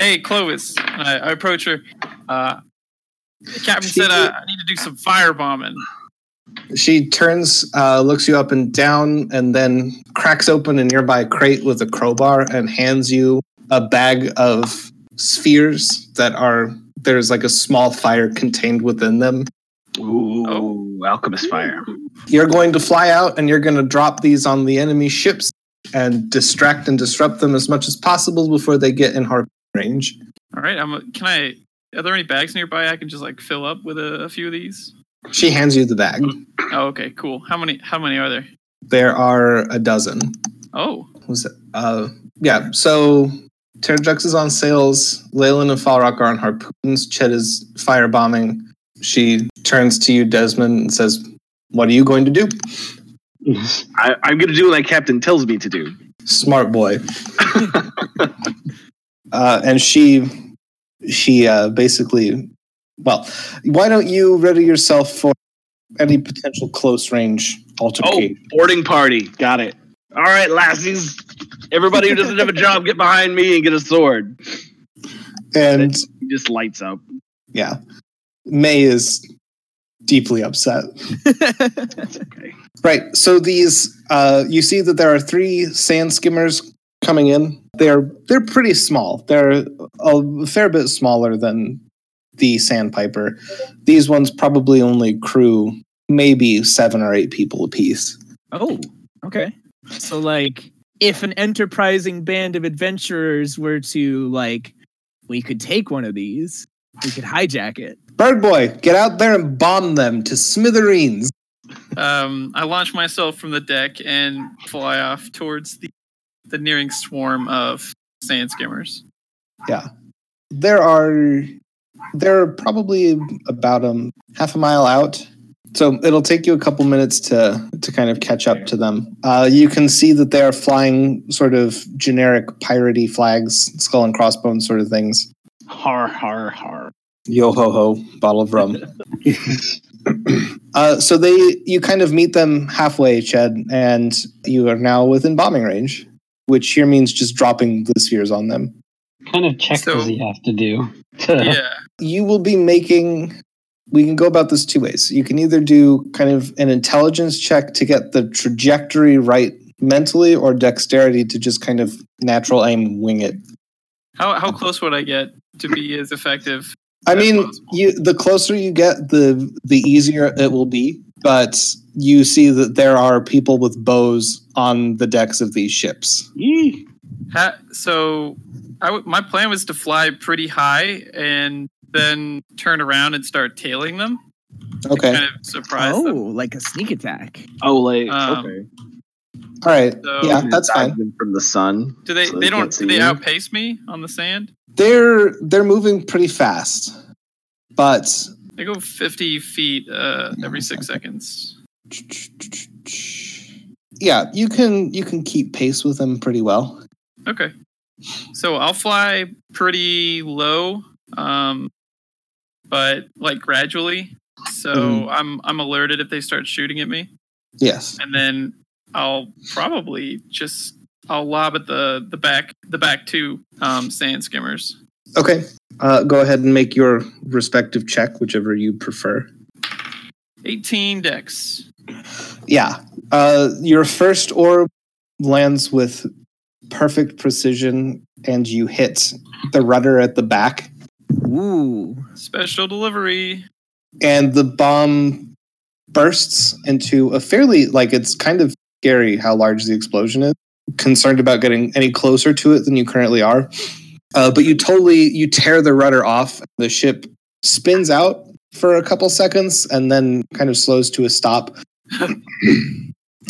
Hey, Clovis, And I, I approach her. Uh, the captain said uh, I need to do some firebombing.
She turns, uh, looks you up and down, and then cracks open a nearby crate with a crowbar and hands you a bag of spheres that are there's like a small fire contained within them.
Ooh,
Oh.
alchemist fire!
You're going to fly out and you're going to drop these on the enemy ships and distract and disrupt them as much as possible before they get in harpoon range.
All right, I'm. Can I? Are there any bags nearby I can just like fill up with a, a few of these?
She hands you the bag.
Oh, okay, cool. How many? How many are there?
There are a dozen.
Oh,
Was it? Uh, yeah. So Terrajux is on sales. Leyland and Falrock are on harpoons. Chet is firebombing. She turns to you, Desmond, and says, "What are you going to do,
I, I'm gonna do what my captain tells me to do.
smart boy?" uh, and she, she uh, basically, well, why don't you ready yourself for any potential close range
Oh,
altercation?
boarding party, got it. All right, lassies, everybody who doesn't have a job, get behind me and get a sword.
and
He just lights up.
yeah, May is deeply upset.
Okay.
Right. So these, uh, you see that there are three sand skimmers coming in. They're they're pretty small. They're a fair bit smaller than the sandpiper. These ones probably only crew maybe seven or eight people apiece.
Oh, okay. So like if an enterprising band of adventurers were to like we could take one of these, we could hijack it.
Bird boy, get out there and bomb them to smithereens.
Um, I launch myself from the deck and fly off towards the, the nearing swarm of sand skimmers.
there are there are probably about um half a mile out so it'll take you a couple minutes to to kind of catch up to them uh, you can see that they are flying sort of generic piratey flags skull and crossbones sort of things
Har har har.
yo ho ho bottle of rum uh, so they you kind of meet them halfway chad and you are now within bombing range which here means just dropping the spheres on them
kind of check
So-
does he have to do to
Yeah.
you will be making we can go about this two ways you can either do kind of an intelligence check to get the trajectory right mentally or dexterity to just kind of natural aim wing it
How how close would I get to be as effective?
i
That's
mean
possible.
you the closer you get the the easier it will be but you see that there are people with bows on the decks of these ships
Yee.
Ha- so, I w- my plan was to fly pretty high and then turn around and start tailing them.
okay
Kind of surprise
Oh,
them.
like a sneak attack.
Oh, like
Um,
okay.
all right
So,
yeah that's
Dive
fine
them From the sun.
do they?
so
they don't.
can't see
Do they
you.
outpace me on the sand?
they're they're moving pretty fast but
They go 50 feet uh, every six seconds.
yeah you can you can keep pace with them pretty well
Okay. So I'll fly pretty low, um, but like gradually. So
Mhm.
I'm I'm alerted if they start shooting at me,
yes
and then I'll probably just I'll lob at the the back the back two um, sand skimmers.
okay uh, go ahead and make your respective check whichever you prefer
18 decks.
yeah uh, your first orb lands with perfect precision and you hit the rudder at the back
Ooh.
Special delivery.
and the bomb bursts into a fairly like it's kind of scary how large the explosion is concerned about getting any closer to it than you currently are uh, but you totally you tear the rudder off the ship spins out for a couple seconds and then kind of slows to a stop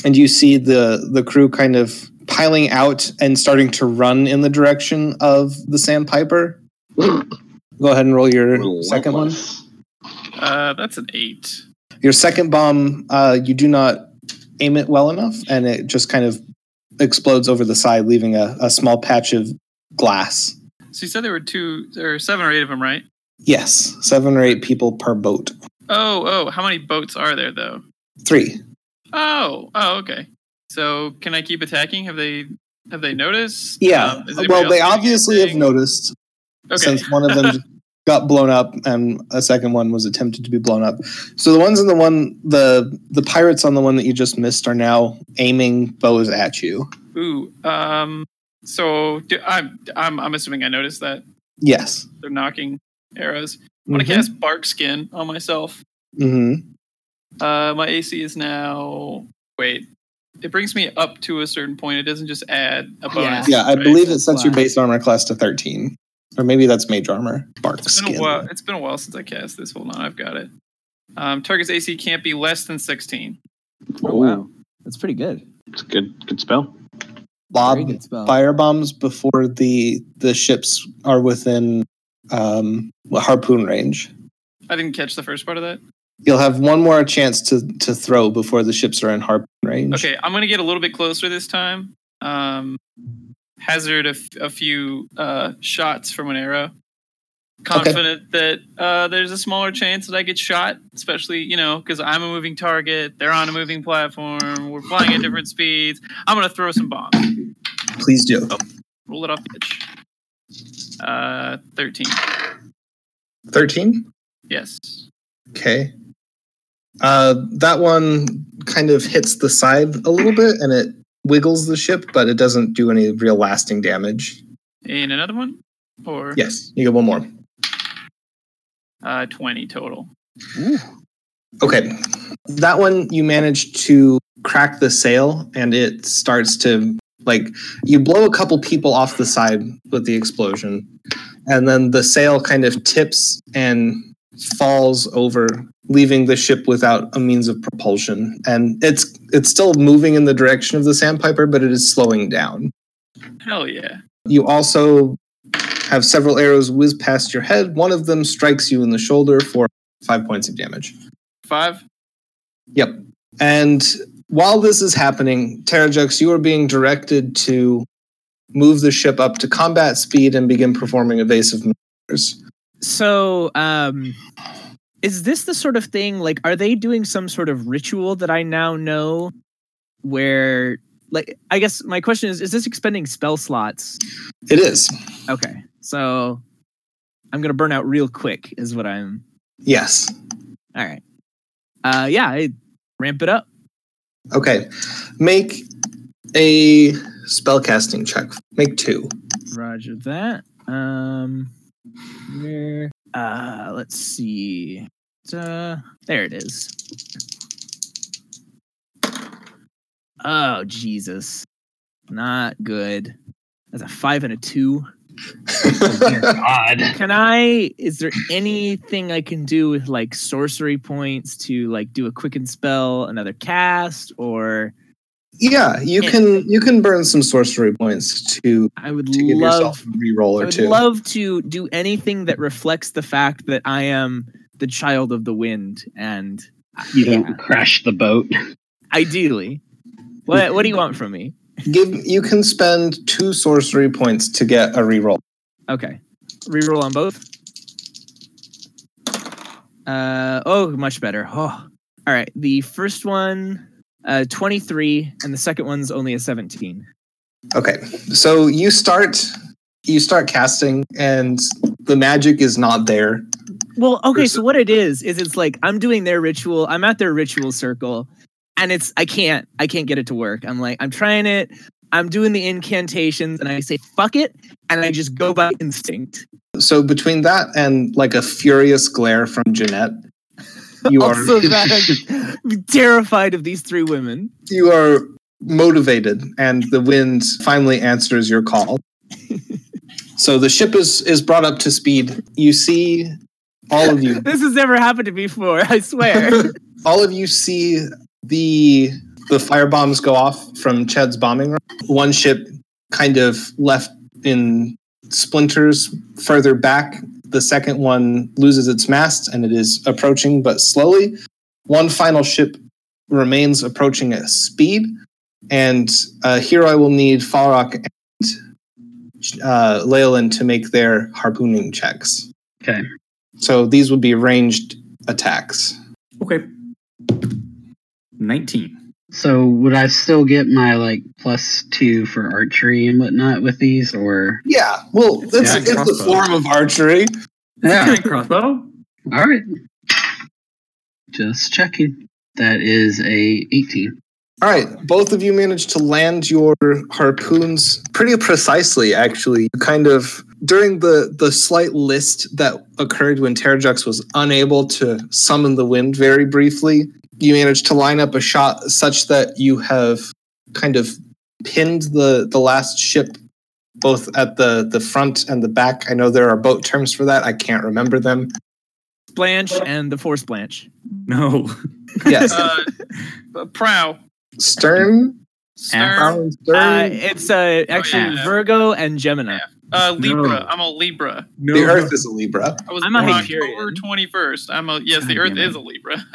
and you see the the crew kind of piling out and starting to run in the direction of the sandpiper go ahead and roll your second one
Uh, that's an eight.
your second bomb uh, you do not aim it well enough and it just kind of explodes over the side leaving a, a small patch of glass
So you said there were two or seven or eight of them, right?
yes seven or eight people per boat
Oh, oh, how many boats are there though?
three
Oh, oh, okay. So can I keep attacking? Have they have they noticed?
yeah
Um, is anybody
well they
else doing
obviously have
anything?
noticed
Okay.
since one of them got blown up and a second one was attempted to be blown up so the ones in the one the the pirates on the one that you just missed are now aiming bows at you
Ooh. Um. So do, I'm I'm I'm assuming I noticed that
yes
they're knocking arrows.
Mm-hmm.
I'm gonna cast Bark Skin on myself.
hmm
Uh, my AC is now wait. It brings me up to a certain point. It doesn't just add a bonus.
yeah i
right?
believe it sets your
Wow.
base armor class to 13 or maybe that's mage armor bark
It's been
skin
a while. It's been a while since I cast this. Hold on, I've got it. Um, target's AC can't be less than 16.
Oh, wow. That's pretty good.
It's a good, good spell.
Very
lob
good spell.
fire bombs before the the ships are within um, harpoon range
I didn't catch the first part of that.
you'll have one more chance to to throw before the ships are in harpoon range
Okay, I'm gonna get a little bit closer this time. Um, hazard a, f- a few uh, shots from an arrow. Confident that uh, there's a smaller chance that I get shot, especially you know because I'm a moving target. They're on a moving platform. We're flying at different speeds. I'm gonna throw some bombs.
please do
Oh. Roll it off the edge. Uh, thirteen.
13
Yes.
Okay. Uh, that one kind of hits the side a little bit and it wiggles the ship, but it doesn't do any real lasting damage.
And another one, or
Yes, you get one more.
uh, twenty total.
Okay. That one you manage to crack the sail and it starts to like you blow a couple people off the side with the explosion. And then the sail kind of tips and falls over, leaving the ship without a means of propulsion. And it's it's still moving in the direction of the sandpiper, but it is slowing down.
Hell yeah.
You also have several arrows whiz past your head. One of them strikes you in the shoulder for five points of damage.
Five?
Yep. And while this is happening, Terrajux, you are being directed to move the ship up to combat speed and begin performing evasive maneuvers.
So, um, is this the sort of thing like are they doing some sort of ritual that I now know where like I guess my question is is this expending spell slots?
It is.
Okay. So I'm going to burn out real quick is what I'm
Yes.
All right. Uh yeah, I ramp it up.
Okay. Make a spellcasting check. Make two.
Roger that. Um where uh let's see. Uh, there it is. Oh Jesus. Not good. That's a five and a two.
God.
Can I is there anything I can do with like sorcery points to like do a quicken spell, another cast, or
yeah, you can you can burn some sorcery points to
I would
to give
love
yourself a reroll
I
or
would
two.
love to do anything that reflects the fact that I am the child of the wind, and
You
Yeah.
don't crash the boat.
ideally, what what do you want from me?
Give you can spend two sorcery points to get a reroll.
Okay, reroll on both. Uh oh, much better. Oh, all right. The first one, uh, twenty three, and the second one's only a seventeen.
Okay. So you start you start casting and the magic is not there.
Well, okay,
Versus-
so what it is is it's like I'm doing their ritual, I'm at their ritual circle, and it's I can't I can't get it to work. I'm like I'm trying it, I'm doing the incantations, and I say fuck it, and I just go by instinct.
So between that and like a furious glare from Jeanette, you are
also, Oh, that I'm terrified of these three women.
you are motivated and the wind finally answers your call so the ship is is brought up to speed you see all of you
This has never happened to me before. I swear.
all of you see the the firebombs go off from chad's bombing run. one ship kind of left in splinters further back the second one loses its mast and it is approaching but slowly one final ship remains approaching at speed and uh, here i will need falrock and uh, Leyland to make their harpooning checks
Okay.
so these would be ranged attacks
Okay. 19.
So would I still get my like plus two for archery and whatnot with these, or
Yeah, well,
It's
it's,
a
it's,
giant
the
crossbow.
form of archery.
yeah?
Giant crossbow?
All right. Just checking. That is a 18.
All right, both of you managed to land your harpoons pretty precisely. Actually, you kind of during the the slight list that occurred when Terrajux was unable to summon the wind very briefly, you managed to line up a shot such that you have kind of pinned the the last ship both at the the front and the back. I know there are boat terms for that. I can't remember them.
Blanche and the force Blanche.
No.
Yes,
Uh, a prow.
stern,
Stern.
stern,
Uh, it's uh, actually
yeah.
Virgo and Gemini.
Uh, Libra.
No.
I'm a Libra.
No.
The Earth is a Libra.
I was
I'm a
born
Hyperion.
October 21st. I'm a yes. The
God
Earth
damn it.
is a Libra.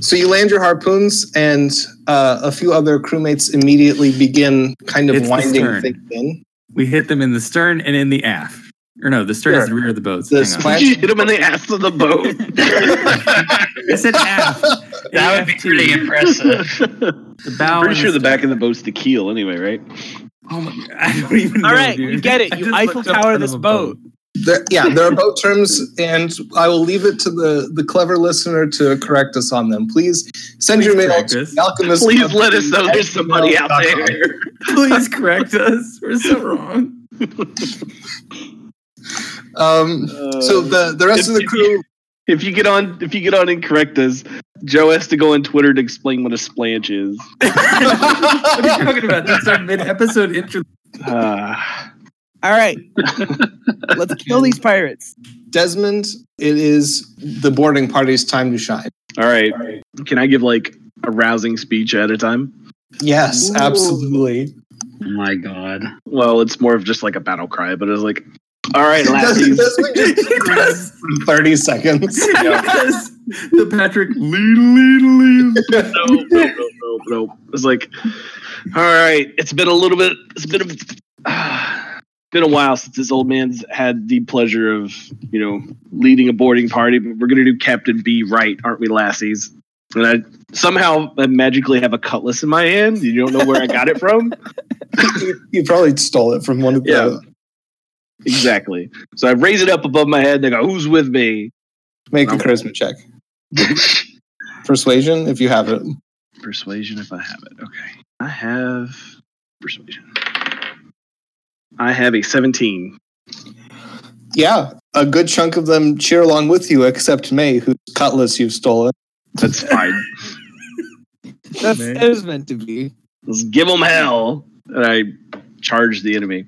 So you land your harpoons, and uh, a few other crewmates immediately begin kind of
It's the
winding
stern.
things in.
We hit them in the stern and in the aft. Or no, the stern is
Sure.
the rear of the boat.
The
Hang on.
splash,
You hit him in the ass of the boat.
I said aft.
That would be pretty impressive.
The bow.
Pretty
and
sure the back
stern.
of the boat's the keel, anyway, right?
Oh my, I don't even know.
All right,
dude.
we get it.
I
You
just
Eiffel
looked up
Tower
out of
this
a
boat.
there, yeah, there are boat terms, and I will leave it to the, the clever listener to correct us on them. Please send
Please
your mail
correct
to
us.
the alchemist.
Please let us know there's somebody out there.
Please correct us. We're so wrong.
Um, so the, the rest of the
if-
crew,
if you get on, if you get on and correct us, Joe has to go on Twitter to explain what a splanch is.
Ah.
What are you talking about? That's our mid-episode intro.
Uh,
All right, let's kill these pirates.
Desmond, it is the boarding party's time to shine.
All right. Can I give like a rousing speech at a time?
Yes, absolutely.
Oh my god.
Well, it's more of just like a battle cry, but it's like, all right,
Desmond,
lassies.
Desmond just grabs in 30 seconds.
Yes. The Patrick lead, lead, lead.
no, no, no, no, no. It's like, all right, it's been a little bit, it's been a, ah, been a while since this old man's had the pleasure of, you know, leading a boarding party. But we're gonna do Captain B right, aren't we, lassies? And I somehow I magically have a cutlass in my hand. You don't know where I got it from.
you, you probably stole it from one of the.
Yeah. Exactly. So I raise it up above my head and I go, who's with me?
Make a charisma check. Persuasion, if you have it.
Persuasion if I have it. Okay. I have persuasion. I have a 17.
Yeah, a good chunk of them cheer along with you, except May, whose cutlass you've stolen.
That's fine.
That's
Man.
it was meant to be.
Let's give them hell. And I charge the enemy.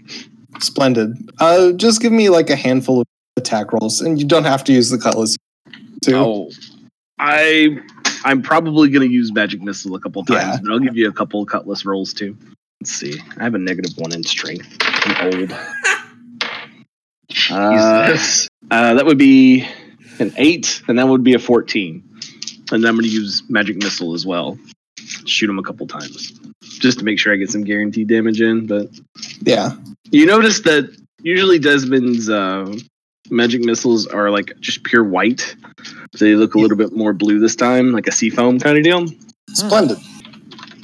Splendid. Uh, just give me like a handful of attack rolls, and you don't have to use the cutlass. Too.
Oh, I, I'm probably going to use magic missile a couple times,
Yeah.
but I'll give you a couple cutlass rolls too. Let's see. I have a negative one in strength. I'm old. Uh,
Jesus.
Uh, that would be an eight, and that would be a fourteen. And then I'm going to use magic missile as well. Shoot him a couple times, just to make sure I get some guaranteed damage in. But
Yeah.
you notice that usually Desmond's uh, magic missiles are like just pure white. So they look a little bit more blue this time, like a seafoam kind of deal.
Splendid.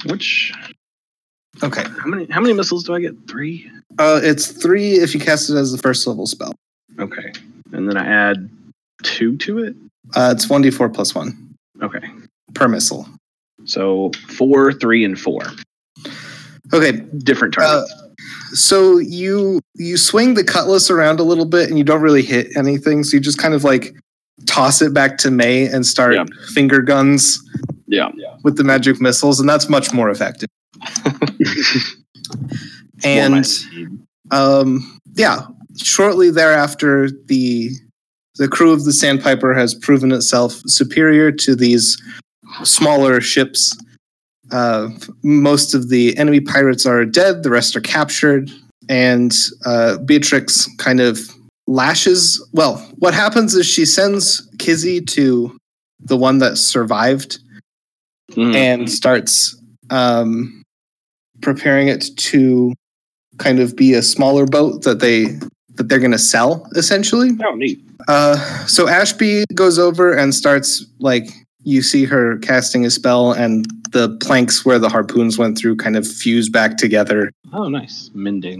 Which
Okay.
how many how many missiles do I get? Three.
Uh, it's three if you cast it as the first level spell.
Okay, and then I add two to it.
Uh, it's 1d4 plus one
Okay,
per missile.
so four, three, and four
Okay,
different
Uh,
targets.
so you you swing the cutlass around a little bit and you don't really hit anything so you just kind of like toss it back to may and start
Yeah.
finger guns
yeah.
with the magic missiles and that's much more effective
Well,
and
my-
um yeah shortly thereafter the the crew of the sandpiper has proven itself superior to these smaller ships uh, most of the enemy pirates are dead the rest are captured and uh, beatrix kind of lashes well what happens is she sends kizzy to the one that survived
Mm.
and starts um, preparing it to kind of be a smaller boat that they that they're going to sell essentially.
oh, neat.
Uh, so Ashby goes over and starts like you see her casting a spell, and the planks where the harpoons went through kind of fuse back together.
Oh, nice. Mending.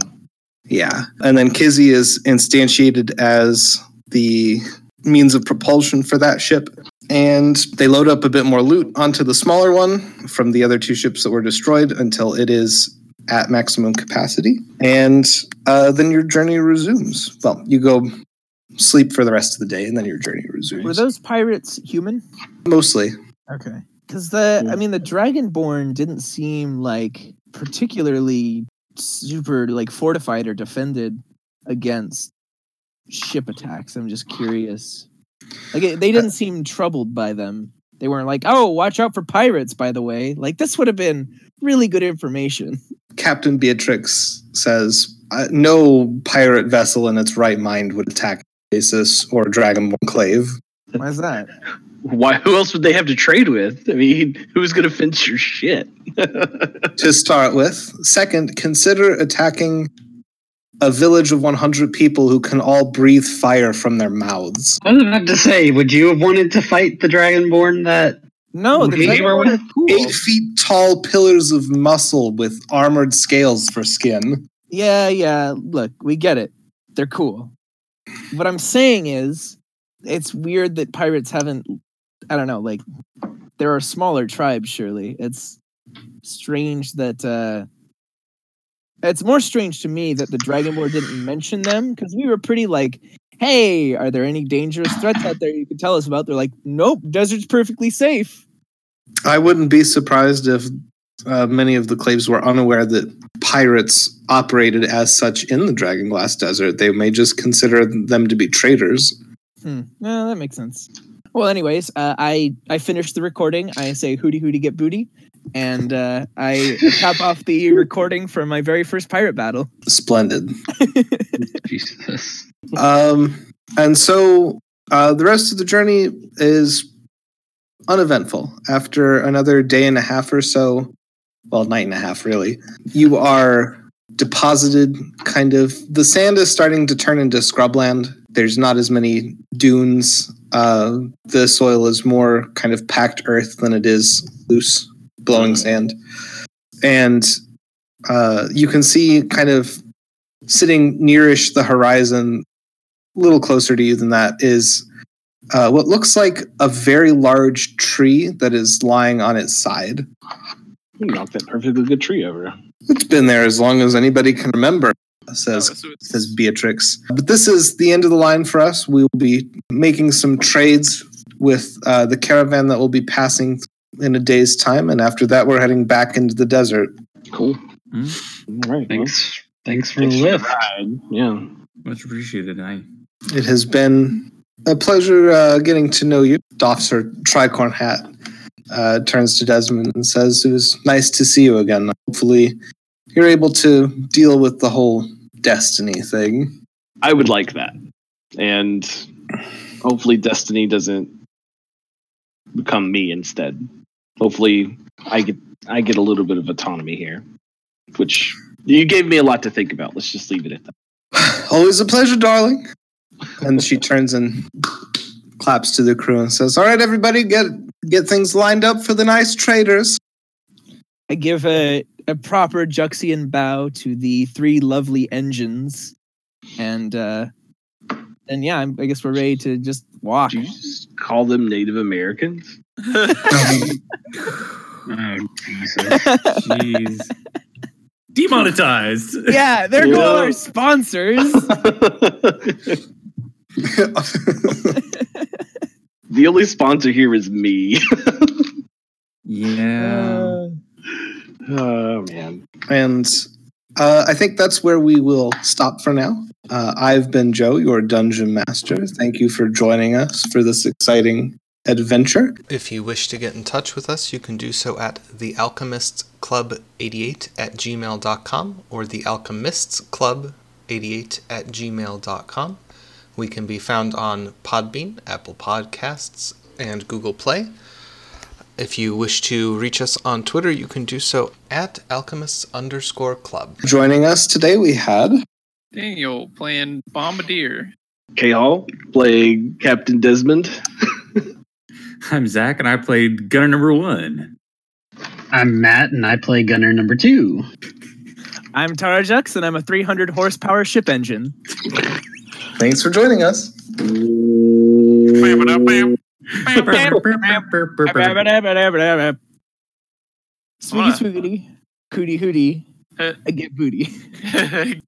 Yeah, and then Kizzy is instantiated as the means of propulsion for that ship. And they load up a bit more loot onto the smaller one from the other two ships that were destroyed until it is at maximum capacity. And uh, then your journey resumes. Well, you go sleep for the rest of the day, and then your journey resumes.
Were those pirates human?
Mostly.
Okay. Because the,
Yeah.
I mean, the Dragonborn didn't seem like particularly super like fortified or defended against ship attacks. I'm just curious. Like it, they didn't seem troubled by them. They weren't like, "Oh, watch out for pirates." By the way, like this would have been really good information.
Captain Beatrix says uh, no pirate vessel in its right mind would attack Oasis or Dragonborn Clave.
Why's that?
Why? Who else would they have to trade with? I mean, who's going to fence your shit?
to start with. Second, consider attacking a village of 100 people who can all breathe fire from their mouths.
I was about to say, would you have wanted to fight the Dragonborn that
No, the
we were
Dragonborn
with?
are cool.
Eight feet tall pillars of muscle with armored scales for skin.
Yeah, yeah. Look, we get it. They're cool. What I'm saying is, it's weird that pirates haven't. I don't know. Like, there are smaller tribes. Surely, it's strange that. uh It's more strange to me that the Dragonborn didn't mention them because we were pretty like, "Hey, are there any dangerous threats out there you could tell us about?" They're like, "Nope, desert's perfectly safe."
I wouldn't be surprised if uh, many of the claves were unaware that pirates operated as such in the Dragonglass Desert. They may just consider them to be traitors.
Hmm. No, that makes sense. Well, anyways, uh, I I finished the recording. I say hooty hooty get booty, and uh, I top off the recording for my very first pirate battle.
Splendid.
Jesus.
Um, and so uh, the rest of the journey is uneventful. After another day and a half or so, well, night and a half, really, you are deposited kind of. The sand is starting to turn into scrubland. There's not as many dunes. Uh, the soil is more kind of packed earth than it is loose, blowing sand. And uh, you can see kind of sitting nearish the horizon, a little closer to you than that, is uh, what looks like a very large tree that is lying on its side.
You knocked that perfectly good tree over.
It's been there as long as anybody can remember, says
so it's-
says Beatrix. But this is the end of the line for us. We will be making some trades with uh, the caravan that will be passing in a day's time, and after that, we're heading back into the desert.
Cool. All right.
Thanks. Thanks for
well,
the
thanks
lift.
ride. Yeah.
Much appreciated. I
It has been a pleasure uh, getting to know you. Doffs her tricorn hat, uh, turns to Desmond and says, It was nice to see you again. Hopefully, you're able to deal with the whole destiny thing.
I would like that. And hopefully Destiny doesn't become me instead. Hopefully I get I get a little bit of autonomy here. Which you gave me a lot to think about. Let's just leave it at that.
Always a pleasure, darling. And she turns and claps to the crew and says, All right, everybody, get get things lined up for the nice traders.
I give a a proper Juxian bow to the three lovely engines, and uh, and yeah, I'm, I guess we're ready to just walk.
Did you just call them Native Americans?
Oh, Jesus.
jeez. Demonetized.
yeah, there go all
Yeah.
our sponsors.
the only sponsor here is me.
Yeah.
Uh,
oh man.
and uh, I think that's where we will stop for now. Uh, I've been Joe, your dungeon master. Thank you for joining us for this exciting adventure.
If you wish to get in touch with us, you can do so at thealchemistsclub88 at gmail.com or thealchemistsclub88 at gmail.com. We can be found on Podbean, Apple Podcasts, and Google Play. If you wish to reach us on Twitter, you can do so at alchemists underscore club.
Joining us today, we had
Daniel playing bombardier.
K Hall playing Captain Desmond.
I'm Zach, and I played Gunner Number One.
I'm Matt, and I play gunner number two.
I'm Tara Jux, and I'm a 300 horsepower ship engine.
thanks for joining us.
Swiggy
Wanna-
swiggy, cootie hootie,
Uh,
I get booty.